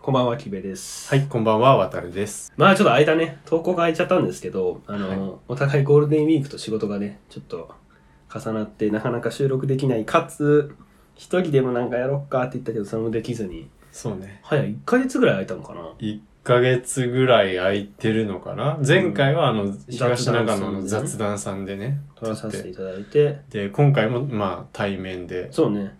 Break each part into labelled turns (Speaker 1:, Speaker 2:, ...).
Speaker 1: こんばんは、キベです。
Speaker 2: はい、。こんばんは、わたるです。
Speaker 1: まあちょっと間ね、投稿が空いちゃったんですけど、あの、お互いゴールデンウィークと仕事がね、ちょっと重なって、なかなか収録できない、かつ、一人でもなんかやろっかって言ったけど、それもできずに、
Speaker 2: そうね。
Speaker 1: 早い1ヶ月ぐらい空いたのかな。
Speaker 2: 1ヶ月ぐらい空いてるのかな前回はあの、東長野の雑談さんでね。
Speaker 1: 撮らさせて
Speaker 2: 撮っ
Speaker 1: いただいて、
Speaker 2: てで、今回もまあ対面で、
Speaker 1: そうね、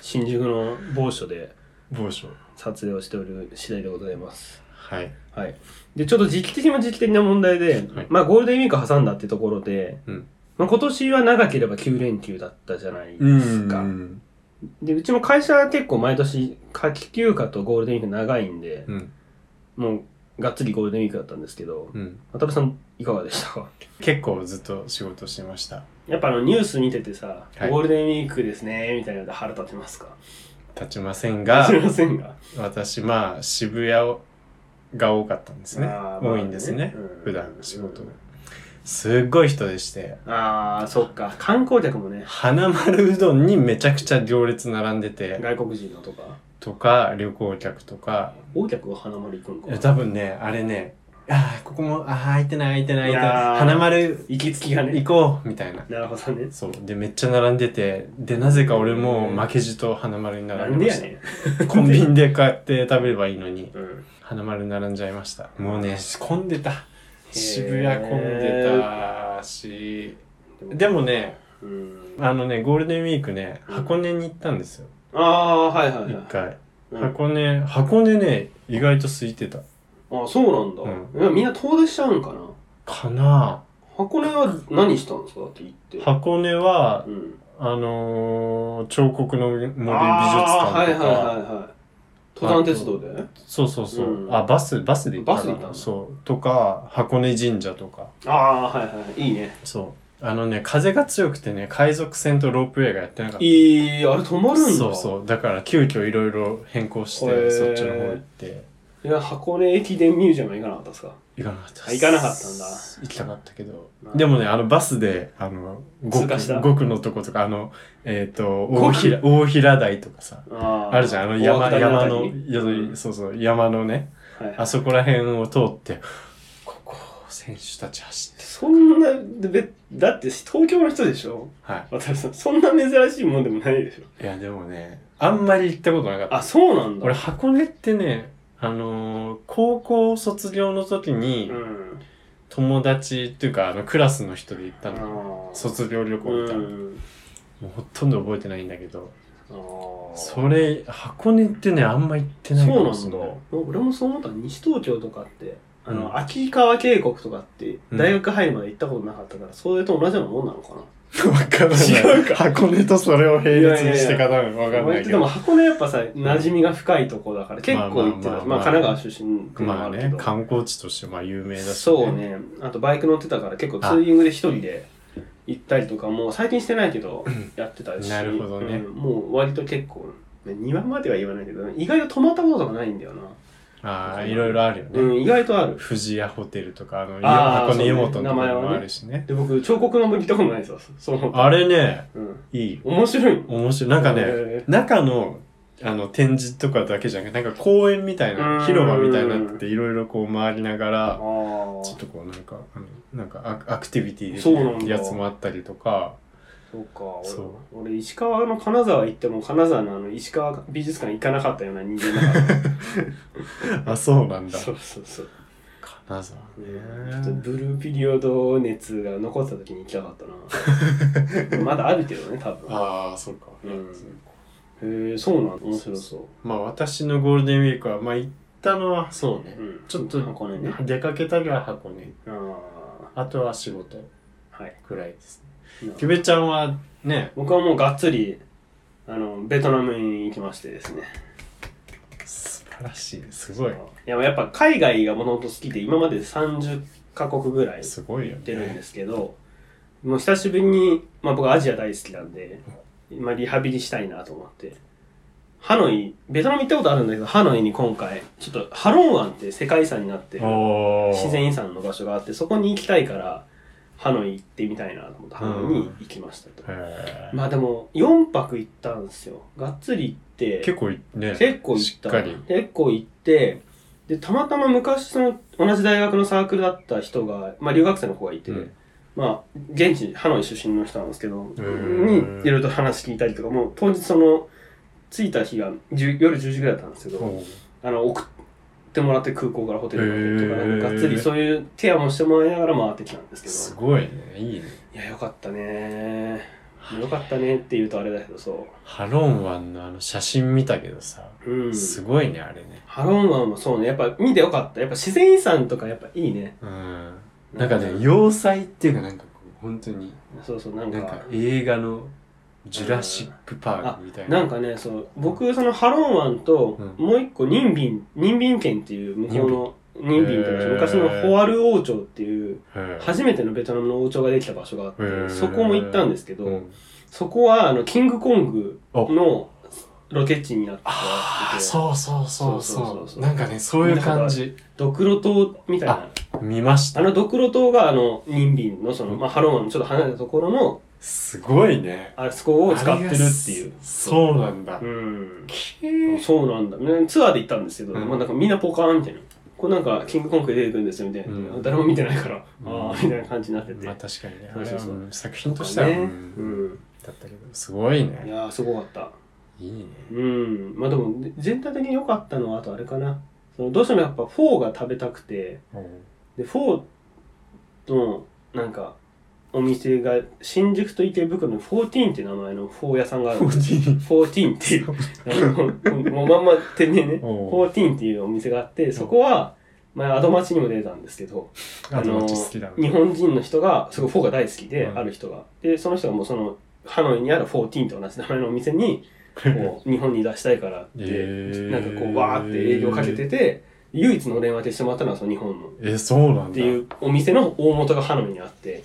Speaker 1: 新宿の某所で
Speaker 2: 某所。
Speaker 1: 撮影をしておる次第でございます。
Speaker 2: はい。
Speaker 1: はい。で、ちょっと時期的にも時期的な問題で、
Speaker 2: はい
Speaker 1: まあゴールデンウィーク挟んだってところで、
Speaker 2: うん
Speaker 1: まあ、今年は長ければ9連休だったじゃないですか。
Speaker 2: うん。
Speaker 1: で、うちも会社は結構毎年、夏季休暇とゴールデンウィーク長いんで、
Speaker 2: うん。
Speaker 1: もう、がっつりゴールデンウィークだったんですけど、
Speaker 2: うん。
Speaker 1: 渡辺さん、いかがでしたか
Speaker 2: 結構ずっと仕事してました。
Speaker 1: やっぱあの、ニュース見ててさ、
Speaker 2: はい
Speaker 1: ゴールデンウィークですね、みたいなので腹立てますか
Speaker 2: 立ちません
Speaker 1: あ
Speaker 2: が
Speaker 1: すい、ませんが。
Speaker 2: 私、まあ、渋谷をが多かったんですね。
Speaker 1: あーまあ
Speaker 2: 多いんですね。
Speaker 1: うん
Speaker 2: 普段仕事
Speaker 1: うん
Speaker 2: が。すっごい人でして、
Speaker 1: あー、そっか。観光客もね、
Speaker 2: 花丸うどんにめちゃくちゃ行列並んでて、
Speaker 1: 外国人のとか、
Speaker 2: とか旅行客とか
Speaker 1: 大客が花丸行くのか
Speaker 2: え
Speaker 1: な。
Speaker 2: 多分ねあれねあーここもあー空いてない空いてない空いてない
Speaker 1: いやー
Speaker 2: 花丸
Speaker 1: 行きつきが
Speaker 2: 行
Speaker 1: ね。
Speaker 2: こうみたいな
Speaker 1: なるほどね。
Speaker 2: そうでめっちゃ並んでてでなぜか俺も負けじと花丸に
Speaker 1: な
Speaker 2: 並
Speaker 1: ん
Speaker 2: んで
Speaker 1: で
Speaker 2: ま
Speaker 1: や
Speaker 2: した
Speaker 1: ねん。
Speaker 2: コンビニで買って食べればいいのに
Speaker 1: うん。
Speaker 2: 花丸並んじゃいましたもうね混んでた
Speaker 1: ー
Speaker 2: 渋谷混んでたしでもね
Speaker 1: うん。
Speaker 2: あのねゴールデンウィークね
Speaker 1: うん
Speaker 2: 箱根に行ったんですよ
Speaker 1: あー、はいはい
Speaker 2: 一
Speaker 1: はい。
Speaker 2: 回
Speaker 1: うん
Speaker 2: 箱根箱根ね意外と空いてた
Speaker 1: あ、そうなんだ。みんな遠出しちゃうんかな
Speaker 2: かな
Speaker 1: 箱根は何したんですかだって行って。
Speaker 2: 箱根は
Speaker 1: う、ん。
Speaker 2: あのー彫刻の森美術館とか、
Speaker 1: あーはいはいはいはい。登山鉄道で
Speaker 2: そうそうそう、
Speaker 1: うん
Speaker 2: あバスバスで行った
Speaker 1: バスで
Speaker 2: か
Speaker 1: 行った
Speaker 2: な
Speaker 1: の
Speaker 2: そうとか箱根神社とか
Speaker 1: ああー、はいはい。いいね。
Speaker 2: そうあのね風が強くてね海賊船とロープウェイがやってなかった
Speaker 1: いい、あれ止まるんだ。
Speaker 2: そうそうだから急遽いろいろ変更して、
Speaker 1: へー
Speaker 2: そっちの方行って
Speaker 1: う。いや、箱根駅伝ミュージアムは行かなかったですか
Speaker 2: 行かなかった
Speaker 1: あ行かなかったんだ
Speaker 2: 行きたかったけど
Speaker 1: まあ
Speaker 2: でもねあのバスであの
Speaker 1: 通過した
Speaker 2: 5区のとことかあのえっ、と
Speaker 1: 五
Speaker 2: 大
Speaker 1: 区
Speaker 2: 平大平台とかさ
Speaker 1: あー
Speaker 2: あるじゃん、あの山、
Speaker 1: 大涌谷
Speaker 2: 山
Speaker 1: あたり
Speaker 2: の、宿そうそう、山のね、
Speaker 1: はい
Speaker 2: あそこら辺を通って、ここ、選手たち走って、
Speaker 1: そんな、べだって東京の人でしょ
Speaker 2: は
Speaker 1: 渡辺さん、そんな珍しいもんでもないでしょ。
Speaker 2: い。いや、でもね、あんまり行ったことなかった。
Speaker 1: あ、そうなんだ。
Speaker 2: 俺、箱根ってね、あのー高校卒業の時に
Speaker 1: う、ん。
Speaker 2: 友達っていうか、あの、クラスの人で行ったの。
Speaker 1: あー
Speaker 2: 卒業旅行みたいな。も
Speaker 1: うん。
Speaker 2: うほとんど覚えてないんだけど、
Speaker 1: あー
Speaker 2: それ、箱根ってね、あんま行ってないか
Speaker 1: そう
Speaker 2: も
Speaker 1: な
Speaker 2: し
Speaker 1: ん
Speaker 2: れ
Speaker 1: だ
Speaker 2: ない。
Speaker 1: 俺もそう思った西東京とかってあの、
Speaker 2: うん
Speaker 1: 秋川渓谷とかって
Speaker 2: うん
Speaker 1: 大学入るまで行ったことなかったから、それと同じようなもんなのかな
Speaker 2: わからない。
Speaker 1: 違うか
Speaker 2: 箱根とそれを並列にしてかなわかんないけ
Speaker 1: で
Speaker 2: ど
Speaker 1: も。箱根やっぱさ馴染みが深いとこだから結構行ってた
Speaker 2: まあまあまあまあ
Speaker 1: まあ神奈川出身っていうのも
Speaker 2: ま
Speaker 1: あ
Speaker 2: あ
Speaker 1: るけ
Speaker 2: ね
Speaker 1: ど、、
Speaker 2: 観光地としてまあ有名だし、
Speaker 1: そう。ねあとバイク乗ってたから結構ツーリングで一人で行ったりとかもう最近してないけどやってたし
Speaker 2: なるほどね
Speaker 1: うんもう割と結構ね庭までは言わないけど意外と泊まったことがないんだよな、
Speaker 2: ああ、いろいろあるよね。
Speaker 1: うん意外とある
Speaker 2: 富士屋ホテルとか、あの、
Speaker 1: あー
Speaker 2: 箱根湯本と
Speaker 1: そうね
Speaker 2: か
Speaker 1: 名前はね
Speaker 2: もあるしね。
Speaker 1: で僕彫刻の森行ったことないんですよそう思った
Speaker 2: あれね、
Speaker 1: うん
Speaker 2: いい。
Speaker 1: 面白い
Speaker 2: 面白い。なんかね、
Speaker 1: へ
Speaker 2: 中の、あの、展示とかだけじゃなくて、なんか公園みたいうな、
Speaker 1: ん
Speaker 2: 広場みたいになってて、いろいろこう回りなが
Speaker 1: ーあ
Speaker 2: ら、ちょっ
Speaker 1: ー
Speaker 2: とこうなんか、あのなんかアクアクティビティで
Speaker 1: そうなん
Speaker 2: き
Speaker 1: だ
Speaker 2: るやつもあったりとか、
Speaker 1: そうか
Speaker 2: そ
Speaker 1: 俺俺石川の金沢行っても金沢のあの石川美術館行かなかったような人間だか
Speaker 2: あ、 そうなんだ
Speaker 1: ら。そうそうそう、
Speaker 2: 金沢
Speaker 1: ねちょっと
Speaker 2: ね。
Speaker 1: ブルーピリオド熱が残ってた時に行きたか ったなまだあるけどね多分
Speaker 2: ああ、そうか。
Speaker 1: うんへえそうなんだ面白そ
Speaker 2: まあ私のゴールデンウィークは、まあ行ったのは、そうね
Speaker 1: う、う。ん、
Speaker 2: ちょっと
Speaker 1: 箱根ね
Speaker 2: 出かけたが箱根
Speaker 1: あ
Speaker 2: あとは仕事
Speaker 1: あはい
Speaker 2: くらいですねキベちゃんはね
Speaker 1: 僕はもうがっつりあのベトナムに行きましてですね
Speaker 2: 素晴らしいすごい
Speaker 1: いややっぱ海外がもともと好きで今まで30カ国ぐらい行
Speaker 2: すごいよ
Speaker 1: ってるん
Speaker 2: ね
Speaker 1: ですけどもう久しぶりに、まあ、僕アジア大好きなんで今リハビリしたいなと思ってハノイベトナム行ったことあるんだけどハノイに今回ちょっとハロン湾って世界遺産になってる
Speaker 2: おー
Speaker 1: 自然遺産の場所があってそこに行きたいからハノイ行ってみたいなと思って、ハノイに行きましたと。
Speaker 2: へー
Speaker 1: まあでも、4泊行ったんですよ。がっつり行って、
Speaker 2: 結構いね。
Speaker 1: 結構行
Speaker 2: し
Speaker 1: っ。
Speaker 2: ったかり。
Speaker 1: 結構行って、で、たまたま昔、その、同じ大学のサークルだった人が、まあ留学生の子がいて、
Speaker 2: うん
Speaker 1: まあ、現地、ハノイ出身の人なんですけど、に、い
Speaker 2: ー
Speaker 1: ろいろと話聞いたりとか、もう当日その、着いた日が10夜10時ぐらいだったんですけど、
Speaker 2: おう
Speaker 1: あの送ってもらって空港からホテルとか
Speaker 2: へ
Speaker 1: なん
Speaker 2: ー
Speaker 1: かがっつりそういうケアもしてもらいながら回ってきたんです
Speaker 2: す
Speaker 1: け
Speaker 2: ごいね。いいね。
Speaker 1: どいやよかったねよかったねって言うとあれだけどそ
Speaker 2: ハロン湾のあの写真見たけどさ、
Speaker 1: う、うん、
Speaker 2: すごいね、あれね。
Speaker 1: ハロン湾もそうねやっぱ見てよかったやっぱ自然遺産とかやっぱいいね
Speaker 2: うん。なんかね、要塞っていうかなんかこう、本当に、
Speaker 1: そうそうなんか
Speaker 2: なんか映画のジュラシックパークみたいな。
Speaker 1: なんかねそう僕そのハロン湾と
Speaker 2: うん
Speaker 1: もう一個ニンビンニンビン県っていう向こうのニンビンっていう
Speaker 2: へー
Speaker 1: 昔のホアル王朝っていう
Speaker 2: へー、
Speaker 1: 初めてのベトナムの王朝ができた場所があっ
Speaker 2: へ
Speaker 1: て
Speaker 2: ー
Speaker 1: そこも行ったんですけど、
Speaker 2: うん
Speaker 1: そこは、あの、キングコングのロケ地になって
Speaker 2: ああ、
Speaker 1: て、
Speaker 2: そうそうそう
Speaker 1: そうそう
Speaker 2: そ
Speaker 1: そう
Speaker 2: う。なんかね、そういう感じ。
Speaker 1: ドクロ島みたいな。
Speaker 2: 見まし
Speaker 1: あ
Speaker 2: た。
Speaker 1: の、ドクロ島が、あの、ニンビンの、その、
Speaker 2: うん
Speaker 1: まあ、ハローマンのちょっと離れたところの、
Speaker 2: すごいね。
Speaker 1: あそこを使ってるっていう。
Speaker 2: そうなんだ
Speaker 1: う。ん。
Speaker 2: へー
Speaker 1: そうなんだ。ねツアーで行ったんですけど、
Speaker 2: うん
Speaker 1: まあ、なんかみんなポカーンみたいな。これなんか、キングコングで出てくるんですよ、みたいな。
Speaker 2: うん
Speaker 1: 誰も見てないから、
Speaker 2: うん
Speaker 1: ああ、みたいな感じになってて。
Speaker 2: まあ確かにね。
Speaker 1: そうそうそう
Speaker 2: あれはん作品としては、
Speaker 1: ね。う
Speaker 2: うん
Speaker 1: ん。
Speaker 2: だったけど、すごい
Speaker 1: い
Speaker 2: ね。
Speaker 1: やー、すごかった。
Speaker 2: いいね。
Speaker 1: うん。まあでも、全体的に良かったのは、あとあれかな。そのどうしてもやっぱ、フォーが食べたくて、で、フォーの、なんか、お店が、新宿と池袋のフォーティーンっていう名前のフォー屋さんが あるんですよ。
Speaker 2: 14
Speaker 1: フォーティーンって いう、もうまんま店名ね、フ
Speaker 2: お
Speaker 1: ォ
Speaker 2: う
Speaker 1: ーティーンっていうお店があって、そこは、前、アドマチにも出たんですけど、
Speaker 2: あ
Speaker 1: の
Speaker 2: の、マッチ好きだな
Speaker 1: 日本人の人が、すごいフォーが大好きで、
Speaker 2: うん
Speaker 1: ある人が。で、その人がもうその、ハノイにあるフォーティーンと同じ名前のお店に、こう、日本に出したいからって、
Speaker 2: へー
Speaker 1: なんかこう、わーって営業かけてて、唯一の連絡してもらったのはその日本の
Speaker 2: え、そうなんだ。
Speaker 1: っていうお店の大元がハノイにあって、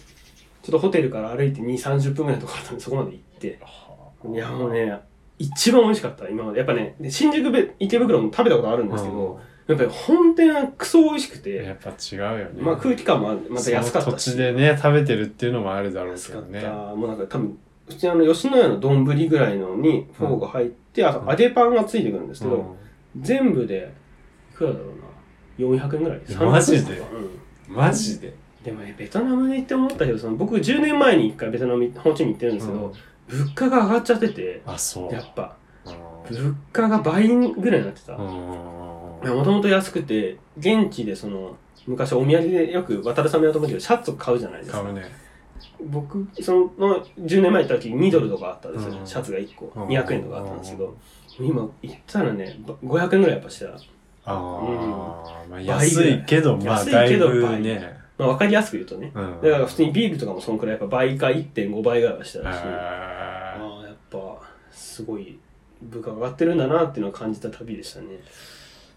Speaker 1: ちょっとホテルから歩いて2、30分ぐらいのところだったんで、そこまで行って。
Speaker 2: はあ。
Speaker 1: いや、もうね、一番美味しかった、今まで。やっぱね、で新宿べ、池袋も食べたことあるんですけど、やっぱり本店はクソ美味しく
Speaker 2: うん、
Speaker 1: て、
Speaker 2: やっぱ違うよね。
Speaker 1: まあ空気感もあるまた安かっ
Speaker 2: その
Speaker 1: たし。
Speaker 2: 土地でね、食べてるっていうのもあるだろうけ
Speaker 1: 安か
Speaker 2: ど
Speaker 1: った。
Speaker 2: ね。
Speaker 1: もうなんか多分、うちあの、吉野家の丼ぐらいのにフォーが入って、あと揚げパンがついてくるんですけど、全部で、いくらだろうな、400円ぐらい。
Speaker 2: マジで
Speaker 1: 300円とかうん
Speaker 2: うんマジで。
Speaker 1: でもね、ベトナムで行って思ったけど、その僕10年前に一回ベトナムに、ホーチミン行ってるんですけ
Speaker 2: う
Speaker 1: ど
Speaker 2: ん、
Speaker 1: 物価が上がっちゃってて、
Speaker 2: あ、そう。
Speaker 1: やっぱ、
Speaker 2: うん
Speaker 1: 物価が倍ぐらいになってた。
Speaker 2: う
Speaker 1: も
Speaker 2: ん
Speaker 1: ともと安くて、現地でその、昔お土産でよく渡るさんのやと思うけど、シャツを買うじゃないです
Speaker 2: 買
Speaker 1: か。
Speaker 2: うね。
Speaker 1: 僕、その、10年前行った時2ドルとかあったんですよ、
Speaker 2: うん
Speaker 1: シャツが1個。
Speaker 2: うん
Speaker 1: 200円とかあったんですけど、今行ったらね、500円ぐらいやっぱしてた。
Speaker 2: ああ、まあ安いけど、まあだいぶね。
Speaker 1: まあ、わかりやすく言うとね。
Speaker 2: うん
Speaker 1: だから普通にビールとかもそのくらいやっぱ倍か1.5倍ぐらいはしてたし。
Speaker 2: あ
Speaker 1: ああやっぱすごい部下が上がってるんだなっていうのを感じた旅でしたね、
Speaker 2: ー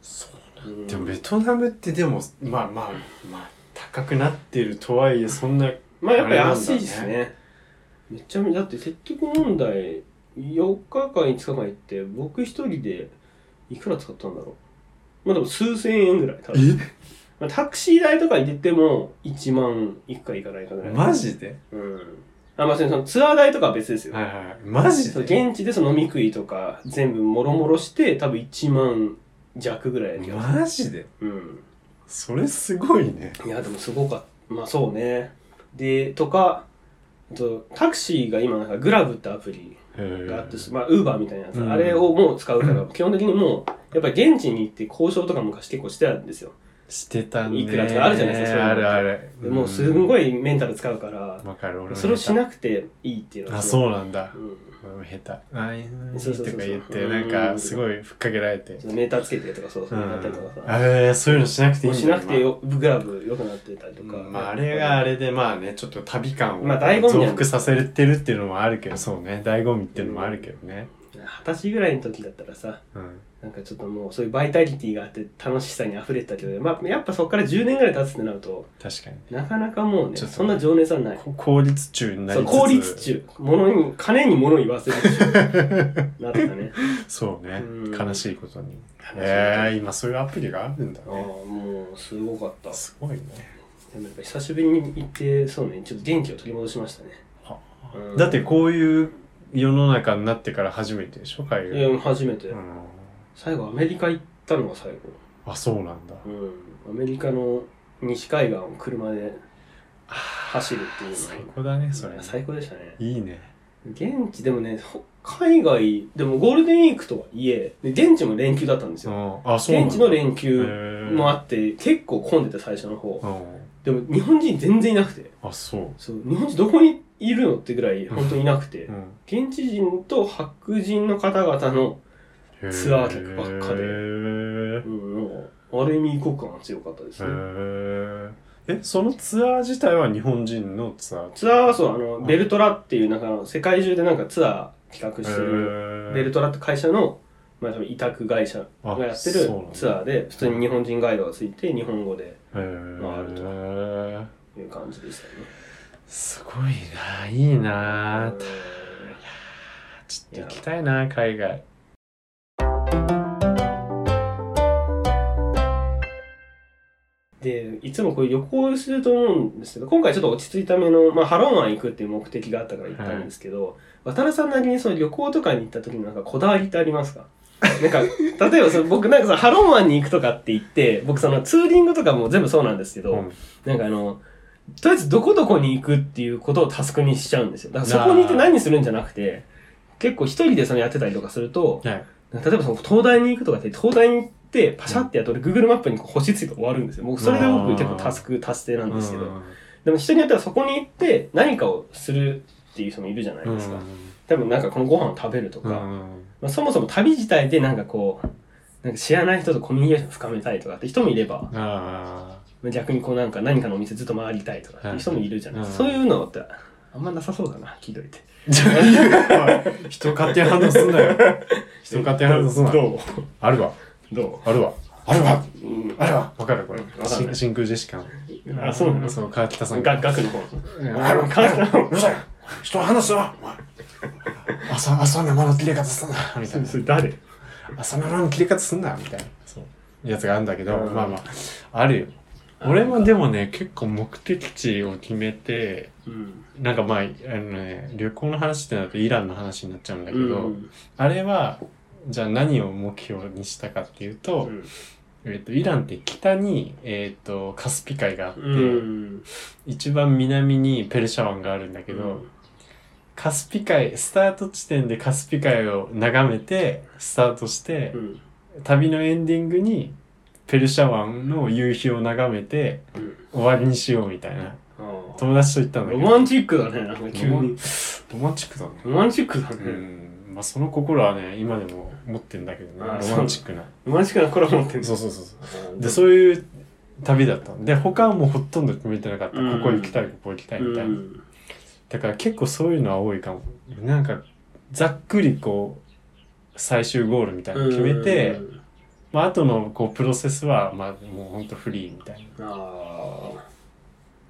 Speaker 2: そう
Speaker 1: う
Speaker 2: なん
Speaker 1: ん
Speaker 2: でもベトナムってでも、まあまあ、まあ高くなってるとはいえ、そんな、
Speaker 1: まあやっぱり安いです
Speaker 2: あ
Speaker 1: ね
Speaker 2: れ
Speaker 1: めっちゃめだって結局問題4日間5日間行って僕一人でいくら使ったんだろうまあでも数千円ぐらい多分まあ、タクシー代とかに出ても1万いくかいかないかぐらい
Speaker 2: マジで
Speaker 1: うんあまあそのツアー代とかは別ですよ、
Speaker 2: はいはいはい。マジ
Speaker 1: そう
Speaker 2: で
Speaker 1: 現地でその飲み食いとか全部もろもろして多分1万弱ぐらいだけど
Speaker 2: マジで
Speaker 1: うん
Speaker 2: それすごいね。
Speaker 1: いやでもすごかったまあそうねでとかあとタクシーが今なんかグラブってアプリがあって、まあウーバーみたいなやつ、
Speaker 2: うん
Speaker 1: あれをもう使うから基本的にもうやっぱり現地に行って交渉とか昔結構してたんですよ
Speaker 2: してたね。
Speaker 1: いくらとかあるじゃないですかそういうの
Speaker 2: あるある。
Speaker 1: でもうすんご
Speaker 2: い。
Speaker 1: いメンタル使うから、
Speaker 2: わかる、俺も
Speaker 1: それをし
Speaker 2: い。
Speaker 1: なくていいっていうのが
Speaker 2: あ、そうなんだ。
Speaker 1: うん
Speaker 2: 俺も下手。ああいう
Speaker 1: そうそうそうそう
Speaker 2: とか言って、なんか、すごいふっかけられ
Speaker 1: ち。
Speaker 2: て
Speaker 1: ょっとメーターつけてとかそう
Speaker 2: う
Speaker 1: そうなったりとか
Speaker 2: ん。
Speaker 1: さ、
Speaker 2: ああ、そういうのしなくてい
Speaker 1: も
Speaker 2: い
Speaker 1: うん
Speaker 2: だ
Speaker 1: しなくてよグラブ良くなってたりとか、
Speaker 2: まあ、あれがあれでまあねちょっと旅感を
Speaker 1: まあ醍醐味
Speaker 2: 増幅させてるっていうのもあるけどそうね醍醐味っていうのもあるけどね、
Speaker 1: 二十歳ぐらいの時だったらさ
Speaker 2: うん、
Speaker 1: なんかちょっともうそういうバイタリティがあって楽しさに溢れてたけど、まあ、やっぱそこから10年ぐらい経つってなると
Speaker 2: 確かに
Speaker 1: なかなかもうね
Speaker 2: ちょっと
Speaker 1: そんな情熱はない
Speaker 2: こ効率中になり
Speaker 1: そ
Speaker 2: つ
Speaker 1: う
Speaker 2: つ
Speaker 1: 効率中物に金に物言わせる中な ってたね
Speaker 2: そうね
Speaker 1: うん
Speaker 2: 悲しいことに
Speaker 1: 悲しいことに
Speaker 2: ええ今そういうアプリがあるんだ
Speaker 1: ああ
Speaker 2: ね
Speaker 1: もうすごかった
Speaker 2: すごいね
Speaker 1: でもやっぱ久しぶりに行って、そうね、ちょっと元気を取り戻しましたね。うん
Speaker 2: だってこういう世の中になってから初めてでしょ海
Speaker 1: いや
Speaker 2: 外、
Speaker 1: 初めて、
Speaker 2: うん、
Speaker 1: 最後アメリカ行ったのが最後。
Speaker 2: あそうなんだ
Speaker 1: うん。アメリカの西海岸を車で走るっていう
Speaker 2: 最
Speaker 1: のが
Speaker 2: 高だねそれ
Speaker 1: いや最高でしたね。
Speaker 2: いいね
Speaker 1: 現地でもね、ほ海外、でもゴールデンウィークとはいえ、で現地も連休だったんですよ。
Speaker 2: うんあそうなんだ
Speaker 1: 現地の連休
Speaker 2: 休
Speaker 1: もあって、結構混んでて最初の方。
Speaker 2: うん
Speaker 1: でも日本人全然いなくて。
Speaker 2: あそう
Speaker 1: そう、日本人どこにいるのってぐらい本当にいなくて
Speaker 2: う。ん
Speaker 1: 現地人と白人の方々の、
Speaker 2: へ
Speaker 1: ツアー客ばっかで
Speaker 2: へー
Speaker 1: うん、もうある意味異国感が強かったです
Speaker 2: へ
Speaker 1: ね。
Speaker 2: ーえそのツアー自体は日本人のツアー
Speaker 1: ツアーはそう、あ
Speaker 2: う
Speaker 1: の、
Speaker 2: ん
Speaker 1: ベルトラっていう、なんかあの、世界中でなんかツアー企画してる、
Speaker 2: る
Speaker 1: ベルトラって会社の、まあ、多分委託会社がやってるツアーで、普通に日本人ガイドがついて、日本語で
Speaker 2: へー
Speaker 1: いう感じでしたね。
Speaker 2: すごいないいな
Speaker 1: うん
Speaker 2: ちょっと行きたいな海外
Speaker 1: で、いつもこう旅行すると思うんですけど、今回ちょっと落ち着いための、まあ、ハロン湾行くっていう目的があったから行ったんですけど、渡辺さんなりにその旅行とかに行った時になんかこだわりってありますかなんか、例えばその僕なんかそのハロン湾に行くとかって言って、僕そのツーリングとかも全部そうなんですけど、
Speaker 2: うん
Speaker 1: なんかあの、とりあえずどこどこに行くっていうことをタスクにしちゃうんですよ。だからそこに行って何するんじゃなくて、結構一人でそのやってたりとかすると、
Speaker 2: はい
Speaker 1: 例えばその東大に行くとかって、東大に行って、パシャってやっと、俺 Google マップにこう星ついて終わるんですよ。僕、それで僕結構タスク達成なんですけ
Speaker 2: う
Speaker 1: ど。
Speaker 2: ん
Speaker 1: でも人によってはそこに行って何かをするっていう人もいるじゃないですか。多分なんかこのご飯を食べるとか、ま
Speaker 2: うん
Speaker 1: あ、そもそも旅自体でなんかこう、なんか知らない人とコミュニケーション深めたいとかって人もいれば、
Speaker 2: あ
Speaker 1: まあ逆にこうなんか何かのお店ずっと回りたいとかっていう人もいるじゃないですか。
Speaker 2: うん
Speaker 1: そういうのってあんまなさそうだな、聞いといて。
Speaker 2: あ人勝手に反応すんなよ人勝手に反応すんな
Speaker 1: どう
Speaker 2: あるわ
Speaker 1: ど
Speaker 2: あるわあるわ
Speaker 1: う、うん、
Speaker 2: あるわわかるこれ
Speaker 1: わかんない
Speaker 2: 真真空ジェシカの
Speaker 1: あ、そうなの
Speaker 2: そう川北さん
Speaker 1: が学の方。
Speaker 2: うん
Speaker 1: あの、感謝の
Speaker 2: うるさい人を話すわお前朝朝生の切れ方すんなみたいな
Speaker 1: それ誰
Speaker 2: 朝生の切れ方すんなみたいなそうやつがあるんだけど、
Speaker 1: うん
Speaker 2: まあまああるよ俺もでもね結構目的地を決めて
Speaker 1: うん。
Speaker 2: なんかまああの、ね、旅行の話ってなるとイランの話になっちゃうんだ
Speaker 1: だ
Speaker 2: けど、あれはじゃあ何を目標にしたかっていうと,、えっとイランって北に、えっとカスピ海があって、
Speaker 1: うん。
Speaker 2: 一番南にペルシャ湾があるんだけど、カスピ海、スタート地点でカスピ海を眺めて、スタートして
Speaker 1: う、ん。
Speaker 2: 旅のエンディングに、ペルシャ湾の夕日を眺めて、
Speaker 1: うん
Speaker 2: 終わりにしようみたいな。
Speaker 1: ああ
Speaker 2: 友達と行ったんだけ
Speaker 1: ロ
Speaker 2: ど。
Speaker 1: マンチックだね、なんか急
Speaker 2: ロマ
Speaker 1: に
Speaker 2: ン。ロマンチックだね。
Speaker 1: ロマンチックだ
Speaker 2: う
Speaker 1: ね。
Speaker 2: ん。まあ、その心はね、今でも持ってんだけどね。
Speaker 1: あー
Speaker 2: ロマンチックな。
Speaker 1: ロマンチックなコラボ持ってん
Speaker 2: そうそうそうそ
Speaker 1: の
Speaker 2: う。で、そういう旅だったので、他はもうほとんど決めてなかった。
Speaker 1: うん
Speaker 2: ここ行きたい、ここ行きたいみたいな。
Speaker 1: うん
Speaker 2: だから結構そういうのは多いかも。なんか、ざっくりこう、最終ゴールみたいなの決めて、
Speaker 1: うん
Speaker 2: まあ、後のこう、プロセスは、まあ、もうほんとフリーみたい
Speaker 1: あ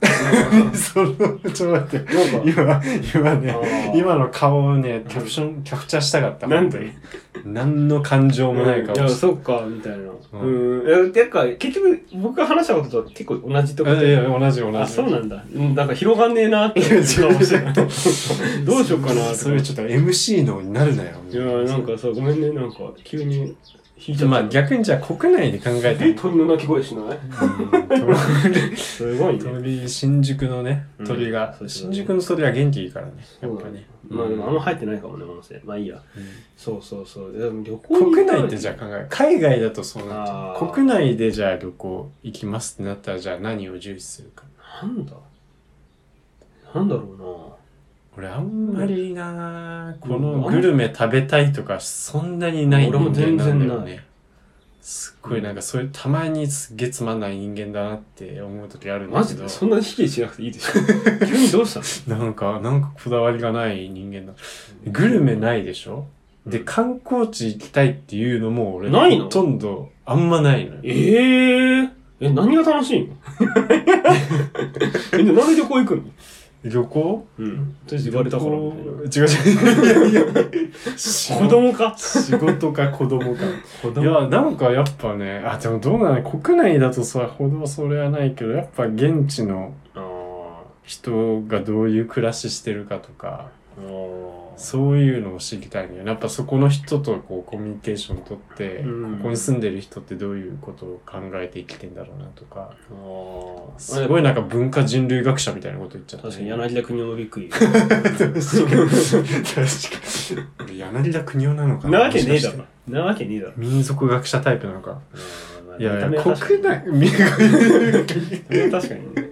Speaker 2: な。その、ちょっと待って。
Speaker 1: あ。なんか、
Speaker 2: 今、今ね
Speaker 1: あ、ー
Speaker 2: 今の顔をね、キャプション、キャプチャーしたかった。
Speaker 1: なん
Speaker 2: 本
Speaker 1: で
Speaker 2: 当に何の感情もない顔
Speaker 1: いや、
Speaker 2: して。
Speaker 1: そっか、みたいな。
Speaker 2: う
Speaker 1: うん。え、てか、結局、僕が話したことと結構同じとこ
Speaker 2: いや、いや同じ同じ。
Speaker 1: あ、そうなんだ。うんなんか広がんねえなっていう顔してたどうしようかな
Speaker 2: それちょっと MC のになるなよ。
Speaker 1: いやなんかさ、ごめんね、なんか、急に引いちゃった。
Speaker 2: まあ逆にじゃあ国内で考えて
Speaker 1: え、
Speaker 2: も
Speaker 1: 鳥の鳴き声しない
Speaker 2: うん
Speaker 1: すごいね。
Speaker 2: 鳥新宿のね
Speaker 1: うん
Speaker 2: 鳥が、
Speaker 1: そうそう
Speaker 2: 新宿の鳥は元気いいからねや
Speaker 1: そ
Speaker 2: っ
Speaker 1: う
Speaker 2: ぱ
Speaker 1: だね
Speaker 2: ね。
Speaker 1: まあでもあんま入ってないかもね、音声。まあいいや。そうそうそう。でも旅行に行
Speaker 2: 国
Speaker 1: かない
Speaker 2: 内ってじゃあ考え海外だとそうなっち
Speaker 1: あ
Speaker 2: ゃ
Speaker 1: ー
Speaker 2: う国内でじゃあ旅行行きますってなったらじゃあ何を重視するか
Speaker 1: なんだなんだろ
Speaker 2: 俺あんまりな
Speaker 1: う
Speaker 2: こ
Speaker 1: ん
Speaker 2: のグルメ食べたいとかそんなにない人
Speaker 1: 俺も全
Speaker 2: 間
Speaker 1: 然
Speaker 2: なんだよ
Speaker 1: な
Speaker 2: ねすっごいなんかそういうたまにすっげえつまんない人間だなって思う時ある
Speaker 1: うんなマ
Speaker 2: だけ
Speaker 1: ジ
Speaker 2: ど
Speaker 1: でそんなに卑敬しなくていいでしょ。 急にどうしたの
Speaker 2: なんか、なんかこだわりがない人間だ。グルメないでしょで、
Speaker 1: うん
Speaker 2: 観光地行きたいっていうのも俺、
Speaker 1: ないの
Speaker 2: ほとんどあんまないのよ。
Speaker 1: ええー。え、何が楽しいのえ、なんで旅行行くの
Speaker 2: 旅行
Speaker 1: うん。とりあえず言われたからみたいな。
Speaker 2: 旅行違う違う。 いやいやい や仕
Speaker 1: 子供か
Speaker 2: 仕事か子供か。
Speaker 1: 子
Speaker 2: いや、なんかやっぱね、あ、でもどうなの国内だとさほどそれはないけど、やっぱ現地の
Speaker 1: あー
Speaker 2: 人がどういう暮らししてるかとか、
Speaker 1: あー。
Speaker 2: そういうのを知りたいね。やっぱそこの人とこうコミュニケーション取って、
Speaker 1: うん
Speaker 2: ここに住んでる人ってどういうことを考えて生きてんだろうなとか、
Speaker 1: あー
Speaker 2: すごいなんか文化人類学者みたいなこと言っちゃった、
Speaker 1: 確かに柳田国夫もびっくり。
Speaker 2: 確かに。 確かに。 俺柳田国夫なのか
Speaker 1: なわけねえだ
Speaker 2: もしか
Speaker 1: ろ
Speaker 2: して。
Speaker 1: なわけねえだろ。
Speaker 2: 民族学者タイプなのか。
Speaker 1: うん
Speaker 2: いやいや、
Speaker 1: 見た目は確か
Speaker 2: 国
Speaker 1: に
Speaker 2: 内、民
Speaker 1: 見
Speaker 2: 族
Speaker 1: た目は確かにね。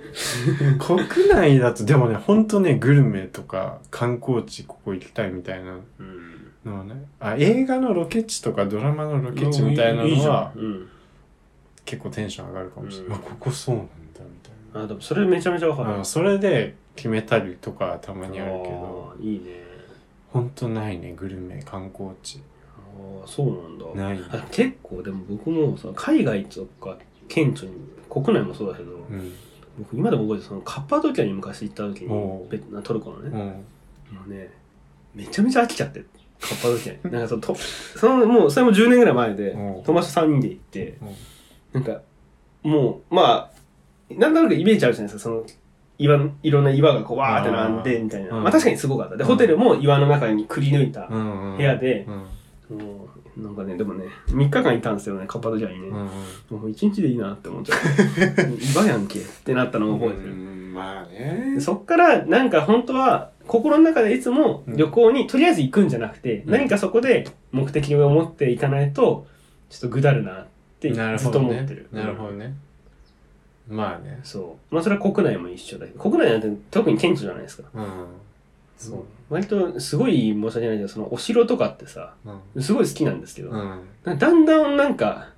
Speaker 2: 国内だと、でもね、ほんとね、グルメとか観光地ここ行きたいみたいな
Speaker 1: うん。
Speaker 2: のはね。あ、映画のロケ地とかドラマのロケ地みたいなの
Speaker 1: じ
Speaker 2: は
Speaker 1: ゃんうん。
Speaker 2: 結構テンション上がるかもしれ
Speaker 1: うん
Speaker 2: ない。あここそうなんだみたい
Speaker 1: あ、でもそれめちゃめちゃわか
Speaker 2: な。
Speaker 1: る
Speaker 2: あ。それで決めたりとかたまにあるけど、
Speaker 1: あーいいね。
Speaker 2: ほんとないね、グルメ、観光地。
Speaker 1: ああ、そうなんだ。
Speaker 2: ない。
Speaker 1: あ結構でも僕もさ海外とか顕著に国内もそうだけど、
Speaker 2: うん。
Speaker 1: 僕今でも覚えてるそのカッパドキアに昔行った時
Speaker 2: お
Speaker 1: に
Speaker 2: う
Speaker 1: ベトナトルコの
Speaker 2: う
Speaker 1: ね、
Speaker 2: ん。
Speaker 1: もうねめちゃめちゃ飽きちゃってカッパドキアに なんかそのとそのもうそれも10年ぐらい前で
Speaker 2: おう
Speaker 1: 友達と3人で行ってなんかもうまあなんとなくイメージあるじゃないですかその岩のいろんな岩がこうわーって並んでみたいな
Speaker 2: うん
Speaker 1: まあ確かにすごかったで、
Speaker 2: うん
Speaker 1: ホテルも岩の中にくり抜いた、
Speaker 2: うん。
Speaker 1: 部屋で
Speaker 2: うん。
Speaker 1: もうなんかねでもね3日間いたんですよねカッパドキアにね、
Speaker 2: うん。
Speaker 1: もう一日でいいなって思っちゃ う。今やんけってなったのを覚えて
Speaker 2: う
Speaker 1: る。
Speaker 2: んまあね
Speaker 1: で。そっからなんか本当は心の中でいつも旅行にとりあえず行くんじゃなくて、
Speaker 2: うん
Speaker 1: 何かそこで目的を持っていかないとちょっとぐだるなって
Speaker 2: なる
Speaker 1: ず
Speaker 2: ほ
Speaker 1: っと
Speaker 2: ど
Speaker 1: 思
Speaker 2: ね
Speaker 1: ってる。
Speaker 2: なるほ
Speaker 1: う
Speaker 2: ど
Speaker 1: ん
Speaker 2: ね。まあね。
Speaker 1: そう。まあそれは国内も一緒だけど、国内なんて特に顕著じゃないですか。
Speaker 2: うん。そう。
Speaker 1: 割とすごい申し訳ないけど、そのお城とかってさ、
Speaker 2: うん。
Speaker 1: すごい好きなんですけど、
Speaker 2: うん。
Speaker 1: だんだんなんか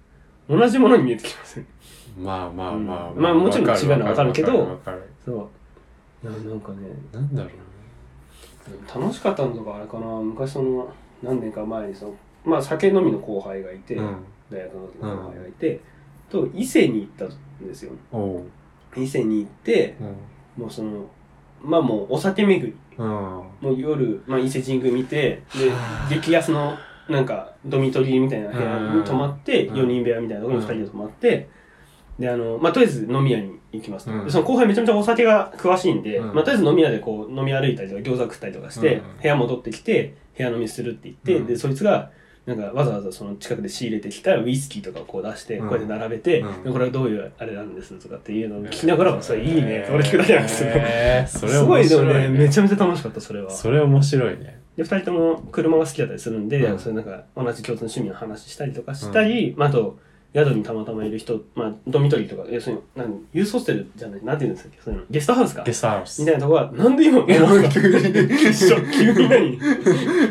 Speaker 1: 同じものに見えてきますね。
Speaker 2: まあまあまあ
Speaker 1: うんまあもちろん違うのはわかるけど
Speaker 2: わかるわかるわか
Speaker 1: そう。ななんかね、
Speaker 2: るなんだろ
Speaker 1: 楽しかったのとかあれかな昔その何年か前にその、まあ、酒飲みの後輩がいて、
Speaker 2: うね。うん。
Speaker 1: 大学の時の後輩がいて、と伊勢に行ったんですよ
Speaker 2: おう。
Speaker 1: 伊勢に行って
Speaker 2: うん。
Speaker 1: もうそのまあもうお酒巡り
Speaker 2: うん。
Speaker 1: もう夜、まあ、伊勢神宮見て
Speaker 2: はあ
Speaker 1: で激安のなんかドミトリーみたいな部屋に泊まって
Speaker 2: うん
Speaker 1: 4人部屋みたいなところに2人で泊まってであの、まあ、とりあえず飲み屋に行きますと、
Speaker 2: うん
Speaker 1: でその後輩めちゃめちゃお酒が詳しいんで、
Speaker 2: うん
Speaker 1: まあ、とりあえず飲み屋でこう飲み歩いたりとか餃子食ったりとかして、
Speaker 2: うん
Speaker 1: 部屋戻ってきて部屋飲みするって言って、
Speaker 2: うん
Speaker 1: でそいつがなんかわざわざその近くで仕入れてきたウイスキーとかをこう出して
Speaker 2: う
Speaker 1: こ
Speaker 2: ん
Speaker 1: うやって並べて、
Speaker 2: うん
Speaker 1: でこれはどういうあれなんですとかっていうのを聞きながらもそれいいねって俺聞くだけなんですよ、
Speaker 2: えー それ
Speaker 1: すご
Speaker 2: 面
Speaker 1: いでも
Speaker 2: 白
Speaker 1: ね
Speaker 2: い
Speaker 1: め
Speaker 2: ね。
Speaker 1: ちゃめちゃ楽しかったそれは。
Speaker 2: それ面白いね。
Speaker 1: で、二人とも車が好きだったりするんで、
Speaker 2: うん
Speaker 1: そういうなんか同じ共通の趣味の話したりとかしたり、まあ、あと、宿にたまたまいる人、まあ、ドミトリーとか、要するに、何、ユースホステルじゃない、なんて言うんですかそういうの、ゲストハウスか。
Speaker 2: ゲストハウス
Speaker 1: みた。いなとこは、なんで今、なんか
Speaker 2: 急に
Speaker 1: 一緒急に何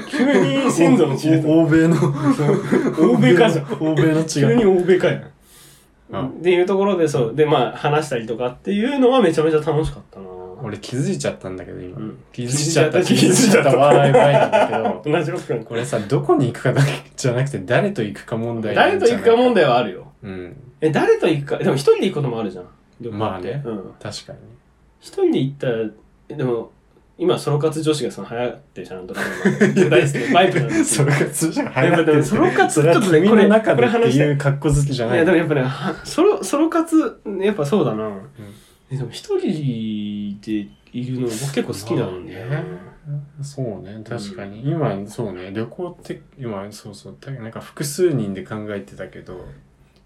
Speaker 1: 急に先祖の血で
Speaker 2: お欧 米の。
Speaker 1: 欧米かじゃん
Speaker 2: 欧米の血が
Speaker 1: 急に欧米かよ。
Speaker 2: うん
Speaker 1: っていうところで、そう、で、まあ、話したりとかっていうのはめちゃめちゃ楽しかったな
Speaker 2: 俺気づいちゃったんだけど今、
Speaker 1: うん
Speaker 2: 気づいちゃった
Speaker 1: 気
Speaker 2: 気
Speaker 1: づ
Speaker 2: づ
Speaker 1: いちゃった
Speaker 2: いちゃった笑い前なんだけど
Speaker 1: 同じこと
Speaker 2: これさどこに行くかだけじゃなくて誰と行くか問題
Speaker 1: 誰と行くか問題はあるよ。
Speaker 2: うん
Speaker 1: え、誰と行くか、でも一人で行くこともあるじゃん。旅行って
Speaker 2: まあね
Speaker 1: うん。
Speaker 2: 確かに
Speaker 1: 一人で行ったらえでも今ソロ活女子がその流行ってるじゃんドラ マが大好きバイプなんです
Speaker 2: そ
Speaker 1: よ
Speaker 2: れが通常流行って
Speaker 1: いやでも
Speaker 2: る
Speaker 1: ソロ活ちょっとね
Speaker 2: それは
Speaker 1: これ
Speaker 2: 君の中
Speaker 1: こ
Speaker 2: で
Speaker 1: れ
Speaker 2: って
Speaker 1: 話した
Speaker 2: い
Speaker 1: いう
Speaker 2: 格好好きじゃ
Speaker 1: い
Speaker 2: ない
Speaker 1: やでもやっぱねはソロソロ活やっぱそうだな、えでも一人でいるの僕結構好きなんだよね、
Speaker 2: そうね確かに、今そうね旅行って今そうそうだなんか複数人で考えてたけど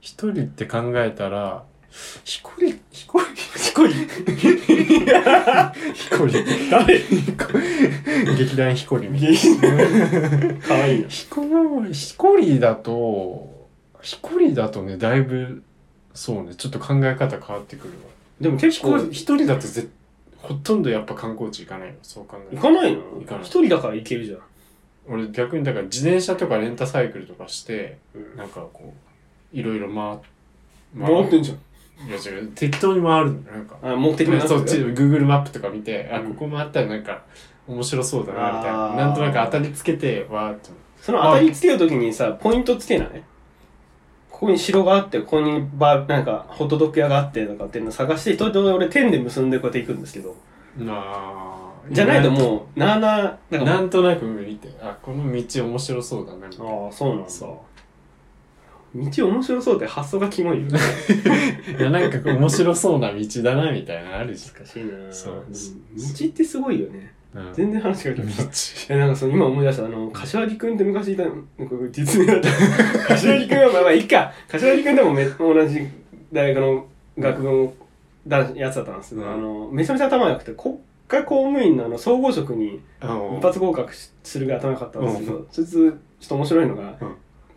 Speaker 2: 一人って考えたらひこりひこり
Speaker 1: ひこり
Speaker 2: ひこり
Speaker 1: 誰
Speaker 2: 劇団ひこりみたいな
Speaker 1: かわいいな
Speaker 2: ひこひこりだとひこりだとねだいぶそうねちょっと考え方変わってくるわ
Speaker 1: でも
Speaker 2: ひ
Speaker 1: 結
Speaker 2: こ
Speaker 1: 構
Speaker 2: り一人だとぜほとんどやっぱ観光地行かないよそう考
Speaker 1: 行
Speaker 2: える
Speaker 1: かないの
Speaker 2: 行かない
Speaker 1: 一人だから行けるじゃん
Speaker 2: 俺逆にだから自転車とかレンタサイクルとかしてなんかこういろいろ回っ
Speaker 1: 回ってんじゃん
Speaker 2: いや違う適当に回るのなんか
Speaker 1: あ目的
Speaker 2: ね
Speaker 1: な
Speaker 2: そうち Google マップとか見て、あ
Speaker 1: うん
Speaker 2: ここ回ったらなんか面白そうだなみたい
Speaker 1: あ
Speaker 2: な
Speaker 1: ー
Speaker 2: なんとなく当たりつけてわーっと
Speaker 1: その当たりつけるときにさ、ポイントつけないここに城があって、ここにバー、なんか、ホットドッグ屋があってとかっていうのを探して、一人で俺、天で結んでこうやって行くんですけど、
Speaker 2: まあ。
Speaker 1: じゃないともう、なあなあ、だから
Speaker 2: なんとなく見て、あ、この道面白そうだね。みたいな
Speaker 1: ああ、そうなんだ。
Speaker 2: そ
Speaker 1: 道面白そうって発想がキモいよね。
Speaker 2: いや、なんかこう面白そうな道だな、みたいなのあるじ
Speaker 1: 難しいな
Speaker 2: そう
Speaker 1: 道ってすごいよね。
Speaker 2: ゃん。うん
Speaker 1: 全然話が変わる
Speaker 2: 道。
Speaker 1: いやなんかその今思い出したあの柏木くんって昔いたなんか実名だった 柏木くんはまあまあいいか柏木くんでもめ同じ大学の学部の男子やつだったんですけど、
Speaker 2: うん
Speaker 1: あのめちゃめちゃ頭良くて国家公務員のあの総合職に
Speaker 2: あの
Speaker 1: 一発合格しするぐらい頭良かったんですけど、そいつちょっと面白いのが、
Speaker 2: うん